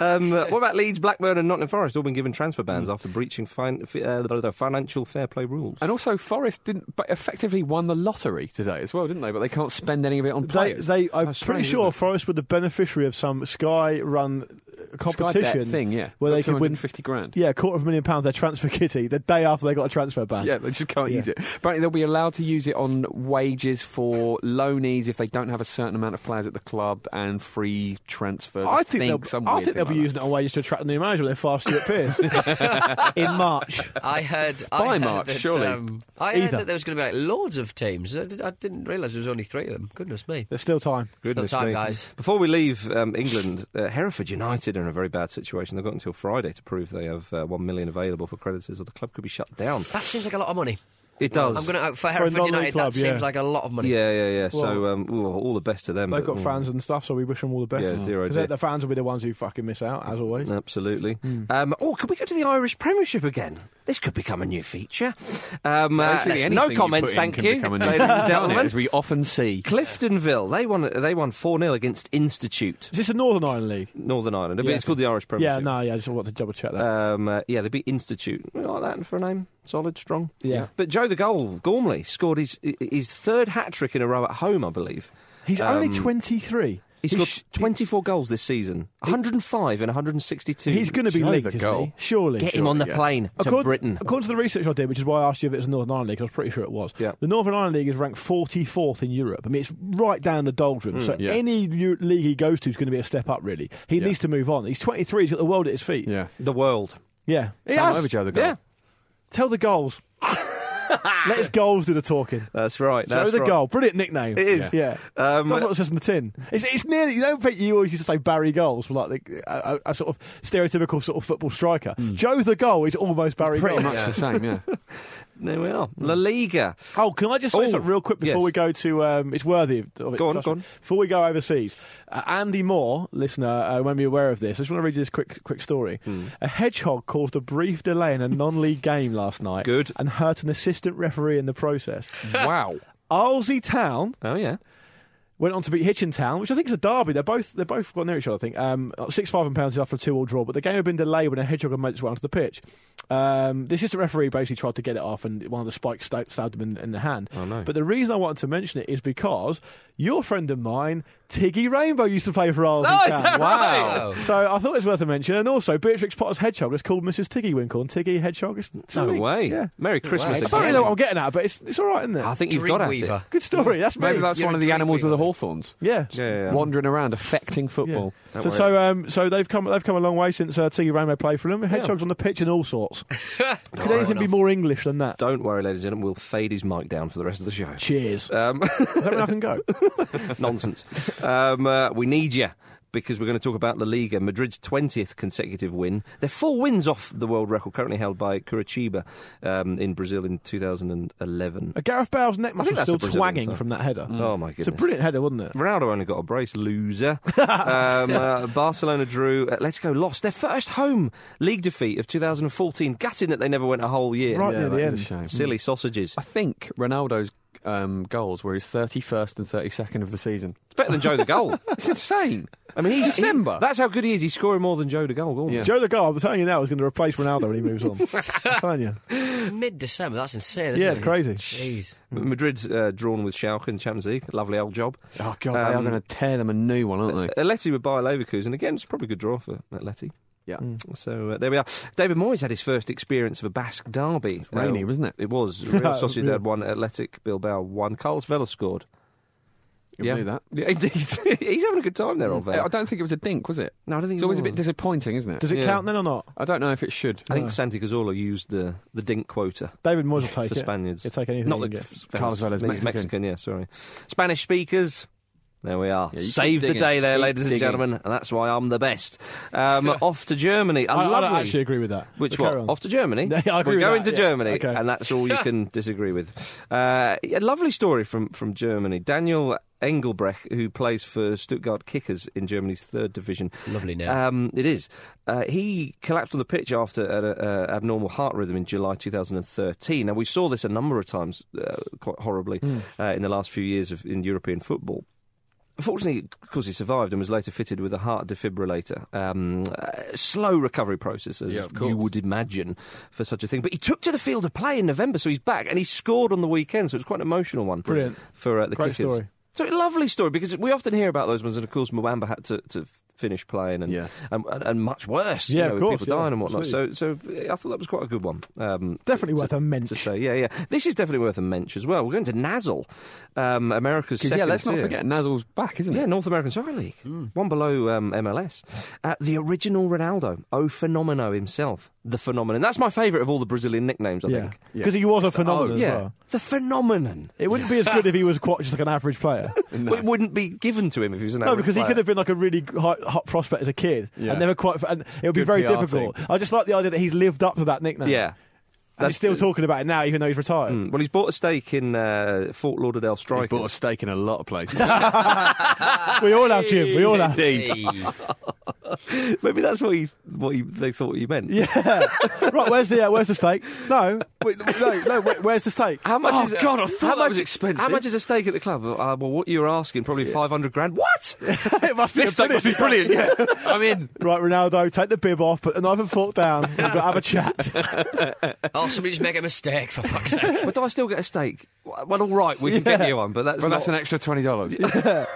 um, uh, what about Leeds, Blackburn, and Nottingham Forest? All been given transfer Hmm. bans after breaching fin- fi- uh, the- the financial fair play rules. And also, Forest didn't, but effectively won the lottery today as well, didn't they? But they can't spend any of it on They, players. they, I'm That's pretty strange, sure isn't it? Forest were the beneficiary of some Sky-run uh, Sky competition Bet thing, yeah. where Got they could win 250 grand. Yeah, a quarter of a million pounds. Their transfer kitty the day after they got a transfer ban. Yeah, they just can't Yeah. use it. Apparently, they'll be allowed to use it on wages for loanees if they don't have a certain amount of players at the club and free transfers. I think, some they'll, I weird think thing they'll be like using it on wages to attract a new manager when they're fast at Pierce in March. I heard. I By heard March, that, surely. Um, I heard Either. that there was going to be like loads of teams. I, did, I didn't realise there was only three of them. Goodness me. There's still time. Goodness Still time, me. guys. Before we leave um, England, uh, Hereford United are in a very bad situation. They've got until Friday to prove they have uh, one million available for creditors, or the club could be shut down. That seems like a lot of money. It does. I'm going to for a Hereford non-league United. club, that yeah. seems like a lot of money. Yeah, yeah, yeah. so Well- um, ooh, all the best to them. They've but, got mm, fans and stuff, so we wish them all the best. Mm. Yeah, zero, 'Cause zero. The fans will be the ones who fucking miss out, as always. Absolutely. Hmm. Um, oh, can we go to the Irish Premiership again? This could become a new feature. Um, uh, Basically, anything no you comments, put in thank can you, become a new ladies and thing, gentlemen. As we often see. Cliftonville, they won. They won four 0 against Institute, Is this the Northern Ireland League? Northern Ireland. But Yeah. It's called the Irish Yeah, Premiership. no, yeah, I just want to double check that. Um, uh, yeah, they beat Institute. We like that for a name. Solid, strong. Yeah. But Joe the goal, Gormley, scored his his third hat trick in a row at home, I believe. He's um, only 23. He scored sh- 24 goals this season, 105 in 162. He's going to be Joe's linked, a isn't goal. he? Surely. get him on the yeah. plane to According- Britain. According to the research I did, which is why I asked you if it was the Northern Ireland League, 'cause I was pretty sure it was. Yeah. The Northern Ireland League is ranked 44th in Europe. I mean, it's right down the Mm, doldrums. so yeah. any Eu- league he goes to is going to be a step up, really. He Yeah. needs to move on. He's 23, he's got the world at his feet. Yeah. The world. Yeah. He Time has. over, Joe, the goal. Yeah. Tell the goals. Let his goals do the talking. That's right. Joe That's the right. goal. Brilliant nickname. It is. Yeah. Um, That's what it says in the tin. It's, it's nearly. You don't think you always used to say Barry Goals for like the, a, a- a sort of stereotypical sort of football striker. Hmm. Joe the goal is almost Barry Pretty Goals. much the same, yeah. There we are. La Liga. Oh, can I just say Oh, something real quick before yes. we go to? Um, it's worthy of of it. Go on, trust go me. on. Before we go overseas, uh, Andy Moore, listener, uh, won't be aware of this. I just want to read you this quick, quick story. Hmm. A hedgehog caused a brief delay in a non-league game last night. Good. and hurt an assistant referee in the process. wow. Arlesey Town Oh, yeah. went on to beat Hitchin Town, which I think is a derby. They're both they both got near each other. I think um, six five and pounds is after a two all draw, but the game had been delayed when a hedgehog had made its way onto the pitch. Um, the assistant referee basically tried to get it off, and one of the spikes sta- stabbed him in, in the hand. Oh, no. But the reason I wanted to mention it is because your friend of mine, Tiggy Rainbow, used to play for Arles. Oh, is that Wow. right? So I thought it was worth a mention. And also, Beatrix Potter's hedgehog is called Mrs. Tiggy Winkle, and Tiggy Hedgehog is No something. way. Yeah. Merry Christmas. I don't really again. know what I'm getting at, but it's, it's all right, isn't it? I think you've got at it. Dreamweaver. Good story. That's me. Maybe that's You're one a of the dream animals of the weaver. Hawthorns. yeah. Yeah, yeah, yeah. Wandering around, affecting football. Yeah. So Don't so um so they've come they've come a long way since uh, T. Ramo played for them. Hedgehogs on the pitch and all sorts. Could anything be more English than that? Don't worry, ladies and gentlemen. We'll fade his mic down for the rest of the show. Cheers. Um, I don't reckon I can go. nonsense. Um, uh, we need you because we're going to talk about La Liga, Madrid's 20th consecutive win. They're four wins off the world record currently held by Curitiba um, in Brazil in 2011. Uh, Gareth Bale's neck think muscles that's still a Brazilian twagging song. from that header. Mm. Oh, my It's a goodness. brilliant header, wasn't it? Ronaldo only got a brace, loser. um, uh, Barcelona drew. uh, Atletico lost their first home league defeat of 2014. Gutting that they never went a whole year. Right near that the is a end. shame. Silly sausages. I think Ronaldo's um, goals were his 31st and 32nd of the season. It's better than Joe the goal. It's insane. I mean, he's December. he- that's how good he is. He's scoring more than Joe the goal. Gorman. Yeah. Joe the guy, I'm telling you now, is going to replace Ronaldo when he moves on. I'm telling you. It's mid-December. That's insane. Isn't Yeah, it? it's crazy. Jeez. Madrid uh, drawn with Schalke in Champions League. Lovely old job. Oh, God, they are Um, going to tear them a new one, aren't they? Atleti with Bayer Leverkusen. Again, it's probably a good draw for Atleti. Yeah. Mm. So uh, there we are. David Moyes had his first experience of a Basque derby. Rainy, Real- wasn't it? It was. Real Yeah. Sociedad won, Athletic Bilbao won. Carlos Vela scored. You knew that. Yeah, indeed. He's having a good time there, old Vela. Mm. I don't think it was a dink, was it? no, I don't think It's he always a was. bit disappointing, isn't it? Does it Yeah. count then or not? I don't know if it should. I think Santi Cazorla used the, the dink quota David Moyes will take for it. Spaniards. He'll take anything. Not he the can get. Carlos Vela's Mexican. Mexican, Mexican. yeah, sorry. Spanish speakers. There we are. Yeah, you keep Save the digging. day there, Keep ladies and digging. gentlemen, and that's why I'm the best. Um, off to Germany. A I, I lovely. don't actually agree with that. Which But what? carry on. Off to Germany. Yeah, I We're agree with going that, to yeah. Germany, Okay. and that's all you can disagree with. Uh, a lovely story from from Germany. Daniel Engelbrecht, who plays for Stuttgart Kickers in Germany's third division. Lovely name. Um, it is. Uh, he collapsed on the pitch after an uh, abnormal heart rhythm in July 2013. Now we saw this a number of times, uh, quite horribly, Hmm. uh, in the last few years of in European football. Fortunately, because he survived and was later fitted with a heart defibrillator, um, uh, slow recovery process, as you would imagine, for such a thing. But he took to the field of play in November, so he's back and he scored on the weekend, so it's quite an emotional one. Brilliant. For uh, the Great Kickers. story. So, a lovely story because we often hear about those ones, and of course, Mwamba had to, to finish playing and, Yeah. and, and, and much worse, Yeah, you know, of with course, people yeah, dying and whatnot. So, so I thought that was quite a good one. Um, Definitely to- worth a to mention. say. Yeah, yeah. This is definitely worth a mention as well. We're going to Nazzle, um, America's Because second yeah, let's not tier. forget Nazzle's back, isn't Yeah, it? North American Soccer League. Hmm. One below um, MLS. Uh, the original Ronaldo, O Fenomeno himself. The Phenomenon. That's my favourite of all the Brazilian nicknames, I Yeah. think. Yeah. Because he was a phenomenon as oh, yeah. well. The Phenomenon. It wouldn't be as good if he was quite just like an average player. It wouldn't be given to him if he was an No, average because he player. could have been like a really hot, hot prospect as a kid, Yeah. and never quite. And it would be Good very PR difficult. I just like the idea that he's lived up to that nickname. Yeah. and That's- he's still talking about it now, even though he's retired. Mm. Well, he's bought a stake in uh, Fort Lauderdale He's bought a Strikers. stake in a lot of places. Hmm. We all have Jim. We all have. Indeed. Maybe that's what he, what he, they thought he meant. Yeah. right. Where's the uh, Where's the steak? No. Wait, no. No. where- Where's the steak? How much Oh, is God, I thought how that much, was expensive. How much is a stake at the club? Uh, well, what you were asking, probably five hundred grand. What? it must be this a stake must be finish. brilliant. Yeah. I'm in. Right, Ronaldo, take the bib off, put the knife and fork down. We've got to have a chat. oh, somebody just make a mistake for fuck's sake. but do I still get a stake? Well, all right, we can get you one, but that's Well, not. that's an extra twenty dollars. Yeah.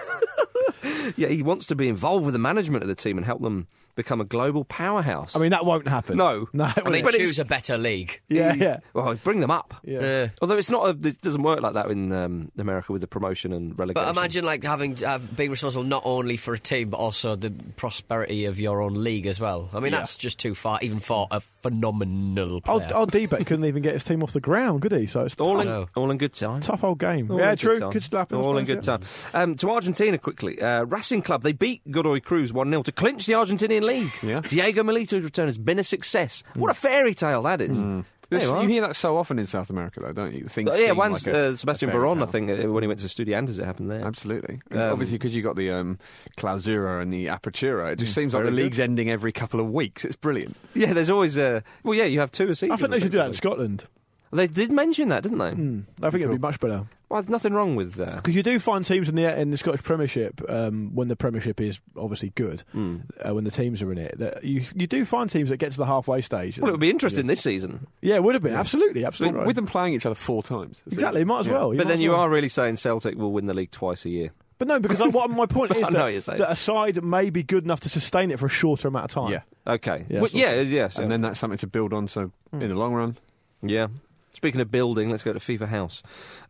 yeah, he wants to be involved with the management of the team and help them become a global powerhouse. I mean, that won't happen. No. No. it And won't. they But it's- choose a better league. yeah, yeah. well, bring them up. Yeah. Uh, Although it's not, a, it doesn't work like that in um, America with the promotion and relegation. But imagine like having to have, being responsible not only for a team but also the prosperity of your own league as well. I mean, that's just too far, even for a phenomenal Old, player. old D-Bet couldn't even get his team off the ground, could he? So it's all tough. in, No. all in good time. tough old game. All yeah, in good true. time. Could slap him, I All in suppose, good yeah. time. Um, to Argentina quickly. Uh, Racing Club, they beat Godoy Cruz 1 0 to clinch the Argentinian league. Yeah. Diego Milito's return has been a success. What a fairy tale that is. There you you, are. hear that so often in South America, though, don't you? Things But yeah, seem once like a- uh, Sebastian a fairy Veron, I tale. think, uh, when he went to Estudiantes, it happened there. Absolutely. And Um, Obviously, because you got the um, clausura and the apertura, it just seems like the very league's ending every couple of weeks. It's brilliant. Yeah, there's always. Uh, well, yeah, you have two a season. I think they should do that in effectively. Scotland. They did mention that, didn't they? Mm. I think it'd be much better. Well, there's nothing wrong with uh, that. Because you do find teams in the in the Scottish Premiership um, when the Premiership is obviously good, Hmm. uh, when the teams are in it, that you you do find teams that get to the halfway stage. Well, it would be interesting this season. Yeah, it would have been absolutely, absolutely. With them playing each other four times. It's exactly, might as Yeah. well. but might then as you well. are really saying Celtic will win the league twice a year. But no, because I, what my point is I know what you're that, saying. that a side may be good enough to sustain it for a shorter amount of time. Yeah. Okay. Yeah, Well, sort yeah, yes. And then that's something to build on. So in the long run, Yeah. Speaking of building, let's go to FIFA House.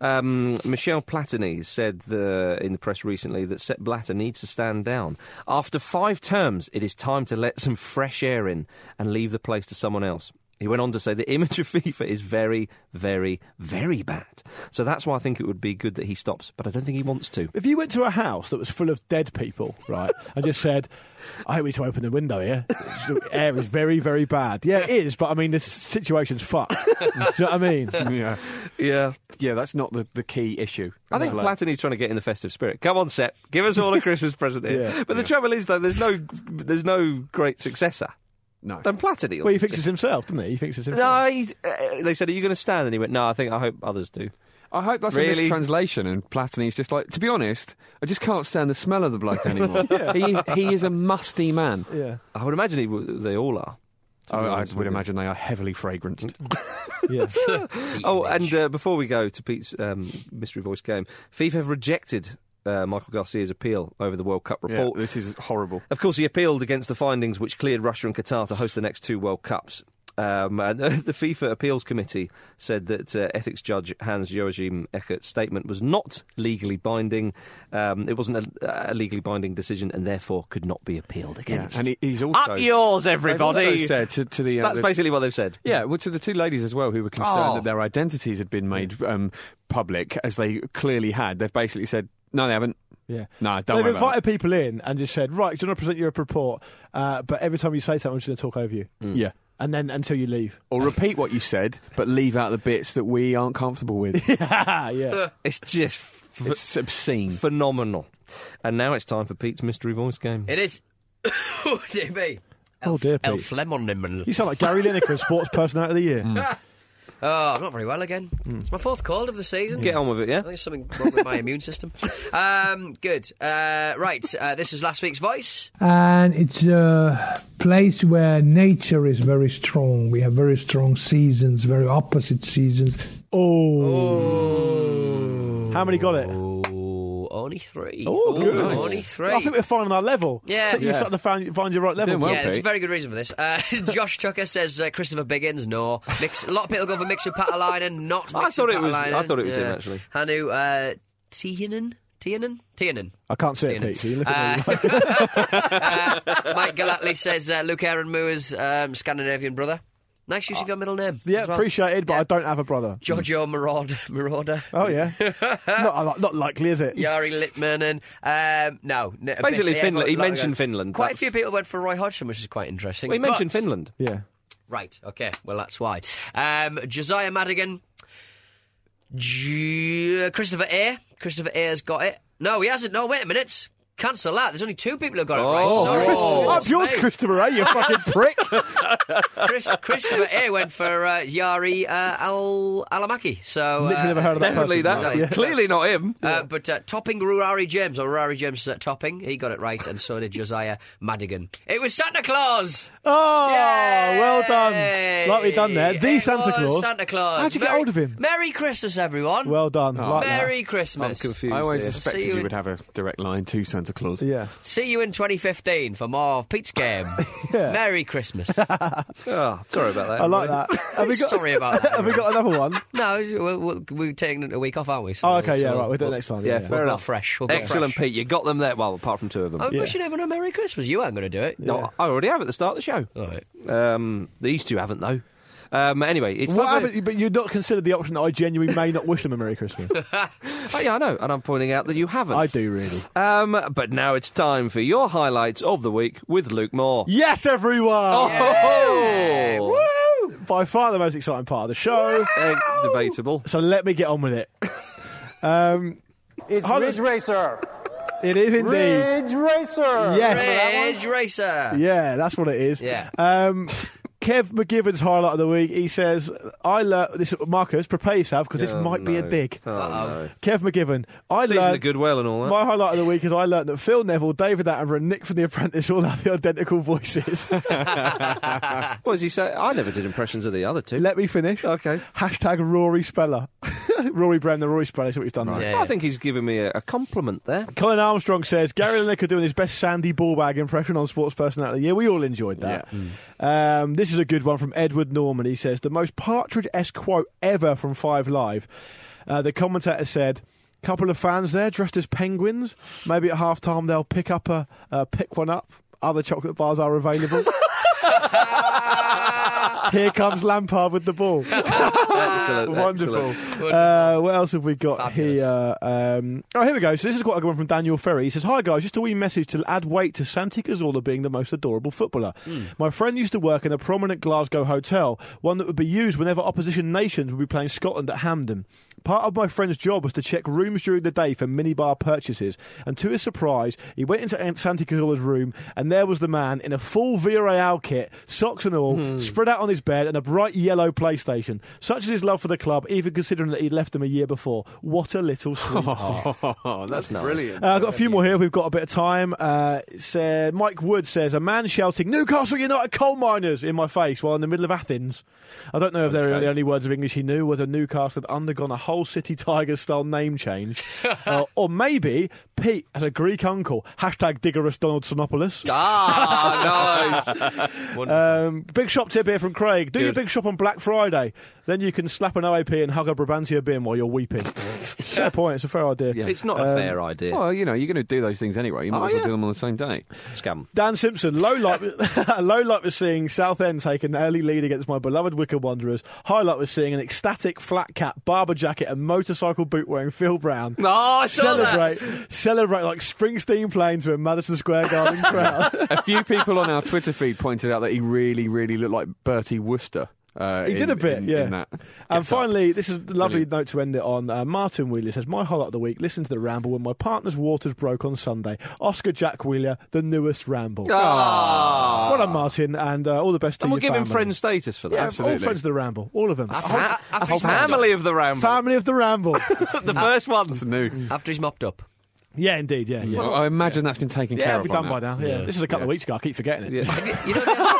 Um, Michel Platini said the, in the press recently that Sepp Blatter needs to stand down. After five terms, it is time to let some fresh air in and leave the place to someone else. He went on to say the image of FIFA is very, very, very bad. So that's why I think it would be good that he stops, but I don't think he wants to. If you went to a house that was full of dead people, right, and just said, "I hope we need to open the window here. The air is very, very bad." Yeah, it is, but I mean, this situation's fucked. do you know what I mean? yeah, Yeah. yeah, that's not the, the key issue. I think Like- Platini's trying to get in the festive spirit. Come on, Sepp, give us all a Christmas present here. Yeah. But the trouble is, though, there's no, there's no great successor No. than Platini. Well, he fixes himself, doesn't he? He fixes himself. No, he, uh, they said, "Are you going to stand?" And he went, "No, I think I hope others do." I hope that's Really? a mistranslation. And Platini's just like, to be honest, I just can't stand the smell of the bloke anymore. he, is, he is a musty man. Yeah, I would imagine he, w- they all are. I, I would imagine they are heavily fragranced. yeah. Oh, and uh, before we go to Pete's um, mystery voice game, FIFA have rejected. uh, Michael Garcia's appeal over the World Cup report. this is horrible. Of course, he appealed against the findings which cleared Russia and Qatar to host the next two World Cups. Um, and the FIFA Appeals Committee said that uh, ethics judge Hans Joachim Eckert's statement was not legally binding. Um, it wasn't a, a legally binding decision and therefore could not be appealed against. And he, he's also Up yours, they've everybody. also said to, to the, uh, That's the- basically what they've said. yeah, well, to the two ladies as well who were concerned Oh. that their identities had been made um, public, as they clearly had. They've basically said, "No, they haven't. Yeah. No, don't They've worry about invited people in and just said, right, do you want to present your report? Uh, but every time you say something, I'm just going to talk over you. it." Mm. Yeah, And then until you leave. or repeat what you said, but leave out the bits that we aren't comfortable with. yeah. It's just ph- it's obscene. phenomenal. And now it's time for Pete's mystery voice game. It is. oh, dear me. Oh, dear, Pete. El Flemon You sound like Gary Lineker, Sports Personality of the Year. Mm. Oh, I'm not very well again. It's my fourth cold of the season. Hmm. Get on with it, yeah? I think there's something wrong with my immune system. Um, good. Uh, right. Uh, this is last week's voice. and it's a place where nature is very strong. We have very strong seasons, very opposite seasons. Oh. How many got it? Oh, only three. Oh, good. Only three. I think we're finding our level. Yeah. I think you're Yeah. starting to find, find your right level. Doing well, yeah, there's a Pete. very good reason for this. Uh, Josh Tucker says uh, Christopher Biggins. No, Mix, a lot of people go for Mixer Patalainen, not Mixer I thought it was- I Patalainen. thought it was him, actually. Hanu uh, Tianen, Tianen, Tianen. I can't see it, Seeing it. Pete. So you look at me. Uh, Mike Galatly says uh, Luke Aaron Moore's um, Scandinavian brother. Nice use of your middle name. Yeah, as well. appreciated, but Yeah. I don't have a brother. Giorgio Marauder. Marauder. Oh, yeah. not, not likely, is it? Yari Littman and um, no, n- basically, Finland. He everyone- mentioned Finland. Quite That's- a few people went for Roy Hodgson, which is quite interesting. We mentioned But- Finland. Yeah. Right. Okay. Well, that's why. Um, Josiah Madigan. J- Christopher Eyre. Christopher Eyre's got it. No, he hasn't. No, wait a minute. Cancel that. There's only two people who got it Oh. right. Sorry. Oh. Up yours, Christopher A, you fucking prick. Chris, Christopher Eyre went for uh, Yari uh, Al- Alamaki. So uh, Literally never heard of that Definitely person. that. Yeah. Clearly not him. Uh, but uh, topping Rurari James, or Rurari James uh, topping, he got it right, and so did Josiah Madigan. It was Santa Claus! Oh, Yay! well done. Lightly done there. The It Santa was Claus. Santa Claus. How'd you get Merry- hold of him? Merry Christmas, everyone. Well done. Like that. Merry Christmas. I'm confused. I always here. suspected See you you in- would have a direct line to Santa Claus. Yeah. See you in 2015 for more of Pete's Game. Merry Christmas. Oh, sorry about that. I like that. Have we got, Sorry about that. have we got another one? no, we'll, we'll, we're taking a week off, aren't we? So Oh, okay, yeah, so right. We'll do it next time. Yeah, yeah. fair We'll go enough. fresh. We'll go Excellent, fresh. Oh, Pete. You got them there. Well, apart from two of them. I'm wishing everyone a Merry Christmas. You aren't going to do it. No, I already have at the start of the show. All right. Um, these two haven't though. Um, anyway, it's What time for- happened? But you would not considered the option that I genuinely may not wish them a Merry Christmas. Oh, yeah, I know, and I'm pointing out that you haven't. I do really. Um, but now it's time for your highlights of the week with Luke Moore. Yes, everyone! Oh. Oh, By far the most exciting part of the show. Eh, debatable. So let me get on with it. Um, It's Highlights- Ridge Racer. it is indeed. Ridge Racer. Yes. Ridge Racer. Yeah, that's what it is. Yeah. Um, Kev McGivern's highlight of the week. He says, "I learned this. Marcus, prepare yourself because this Oh, might be a no. dig." Oh, no. Kev McGivern, I Season learned of Goodwill and all that. My highlight of the week is I learned that Phil Neville, David Attenborough, and Nick from The Apprentice all have the identical voices. What does he say? I never did impressions of the other two. Let me finish. Okay. Hashtag Rory Speller. Rory Bremner, Rory Speller. That's what we've done there. Yeah. I think he's giving me a, a compliment there. Colin Armstrong says Gary Lineker doing his best Sandy Ballbag impression on Sports Personality of the Year. We all enjoyed that. Um, this is a good one from Edward Norman. He says the most Partridge-esque quote ever from Five Live. Uh, the commentator said. Couple of fans there dressed as penguins. Maybe at half time they'll pick up a uh, pick one up. Other chocolate bars are available. Here comes Lampard with the ball. Excellent. Ah, Wonderful. excellent. Uh, what else have we got Fabulous. here? Um, oh, here we go. So this is quite a good one from Daniel Ferry. He says, "Hi guys, just a wee message to add weight to Santi Cazorla being the most adorable footballer. My friend used to work in a prominent Glasgow hotel, one that would be used whenever opposition nations would be playing Scotland at Hampden. Part of my friend's job was to check rooms during the day for minibar purchases, and to his surprise, he went into Aunt Santi Cazorla's room, and there was the man in a full Villarreal kit, socks and all, spread out on his his bed and a bright yellow PlayStation. Such is his love for the club, even considering that he'd left them a year before. What a little sweetheart. Oh, that's brilliant. Uh, I've got a few more here. We've got a bit of time. Uh, it said, Mike Wood says, A man shouting, Newcastle United coal miners in my face while in the middle of Athens. I don't know if they're Okay. the only words of English he knew, whether Newcastle had undergone a whole City Tigers style name change. uh, or maybe Pete has a Greek uncle. Hashtag Diggerus Donald Sinopoulos. Ah, nice. Um, big shop tip here from Craig. Do your Good. big shop on Black Friday. Then you can slap an OAP and hug a Brabantia bin while you're weeping. fair point. It's a fair idea. It's not a Um, fair idea. Well, you know, you're going to do those things anyway. You might Oh, as well yeah. do them on the same day. Scam. Dan Simpson, low light, low light was seeing Southend take an early lead against my beloved Wicker Wanderers. High light was seeing an ecstatic flat cap, barber jacket, and motorcycle boot wearing Phil Brown. Oh, I saw celebrate, that. celebrate like Springsteen playing to a Madison Square Garden crowd. A few people on our Twitter feed pointed out that he really, really looked like Bertie Wooster. Uh, He did in- a bit, in- yeah. in that and get-up. finally, this is a lovely Brilliant. note to end it on. Uh, Martin Wheeler says, "My highlight of the week: listen to the ramble when my partner's waters broke on Sunday. Oscar Jack Wheeler, the newest ramble. Ah. Well done, Martin, and uh, all the best to And you. we'll give him family. friend status for that. Yeah, all friends of the ramble, all of them. Fa- I think a he's family of the ramble. Family of the Ramble. the first one. It's new. After he's mopped up. yeah, indeed. Yeah, yeah. Well, I imagine that's been taken yeah, care it'll of. be on done by now. Yeah. this is a couple of weeks ago. I keep forgetting it. Yeah. You know, the-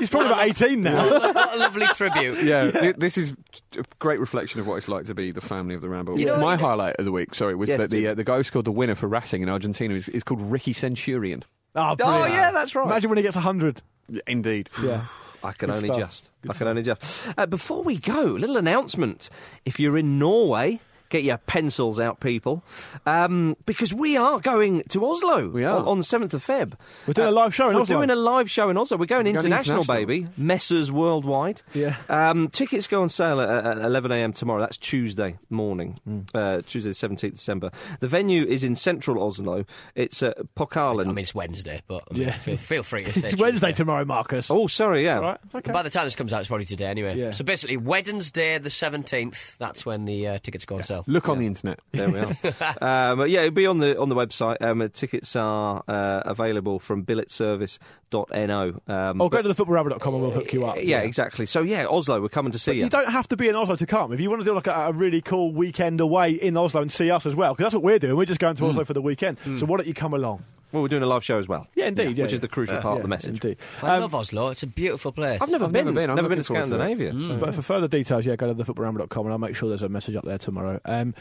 He's probably about eighteen now. what a lovely tribute. Yeah, th- this is a great reflection of what it's like to be the family of the Ramble. You know- My highlight of the week, sorry, was Yes, that the do. uh, the guy who scored the winner for Racing in Argentina is, is called Ricky Centurion. oh, Oh, brilliant. yeah, that's right. Imagine when he gets hundred. Indeed. Yeah. I can Good only stuff. just. I can only just. Uh, before we go, little announcement. If you're in Norway, get your pencils out, people, um, because we are going to Oslo We are. on, on the 7th of Feb. Uh, We're doing a live show in we're Oslo. doing a live show in Oslo. We're going, We're going international, international. baby. Messers worldwide. Yeah. Um, tickets go on sale at, at 11 a.m. tomorrow. That's Tuesday morning, Hmm. uh, Tuesday the 17th December. The venue is in central Oslo. It's at I Pokalen. mean, it's Wednesday, but I mean, Yeah. feel, feel free to say It's Wednesday tomorrow, Marcus. oh, sorry, yeah. right. It's Okay. By the time this comes out, it's probably today anyway. Yeah. So basically, Wednesday the 17th, that's when the uh, tickets go on sale. Look on the internet. There we are. um, yeah, it'll be on the on the website. Um, uh, tickets are uh, available from billetservice.no. Um, Or Oh, go to thefootballramble.com and we'll hook you up. yeah, exactly. So yeah, Oslo, we're coming to see You you. don't have to be in Oslo to come. If you want to do like a, a really cool weekend away in Oslo and see us as well, because that's what we're doing. We're just going to Hmm. Oslo for the weekend. So why don't you come along? Well, we're doing a live show as well. Yeah, indeed, yeah, which yeah. is the crucial part Yeah, of the message. Indeed. I Um, love Oslo. It's a beautiful place. I've never I've been. never been. I'm to looking forward to it. Scandinavia. Hmm. so- But for further details, yeah, go to thefootballramble.com and I'll make sure there's a message up there tomorrow. Um,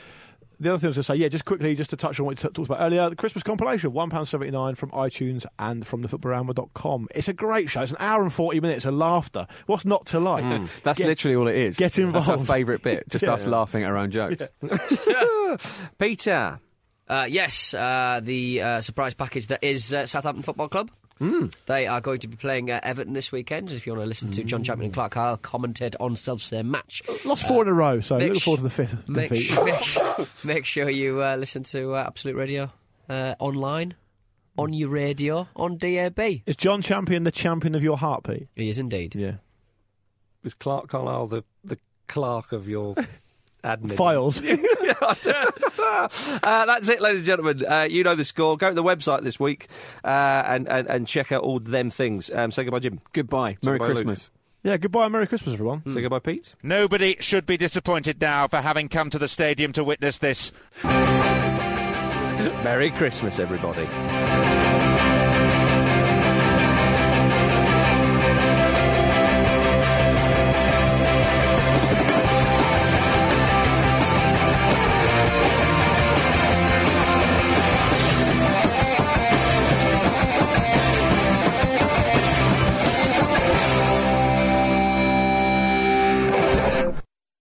the other thing I was going to say, yeah, just quickly, just to touch on what we t- talked about earlier, the Christmas compilation, £1.79 from iTunes and from thefootballramble.com. It's a great show. It's an hour and 40 minutes of laughter. What's not to like? Hmm. That's Get- literally all it is. get That's involved. our favourite bit, just Yeah. us laughing at our own jokes. Mm. Peter, Uh, yes, uh, the uh, surprise package that is uh, Southampton Football Club. Hmm. They are going to be playing uh, Everton this weekend. If you want to listen to John Chapman and Clark Hyle commentate on self same match, Lost four in a row, so make looking forward sh- to the fifth make, defeat. su- make, su- make sure you uh, listen to uh, Absolute Radio uh, online, on your radio, on DAB. He Is John Champion the champion of your heartbeat? is indeed. Yeah. is Clark Carlisle the the clerk of your admin? Files. uh, that's it, ladies and gentlemen. Uh, you know the score. Go to the website this week uh, and, and and check out all them things. Um, say goodbye, Jim. Goodbye. Merry Goodbye, Luke. Christmas. yeah, goodbye and Merry Christmas, everyone. Say goodbye, Pete. Nobody should be disappointed now for having come to the stadium to witness this. Merry Christmas, everybody.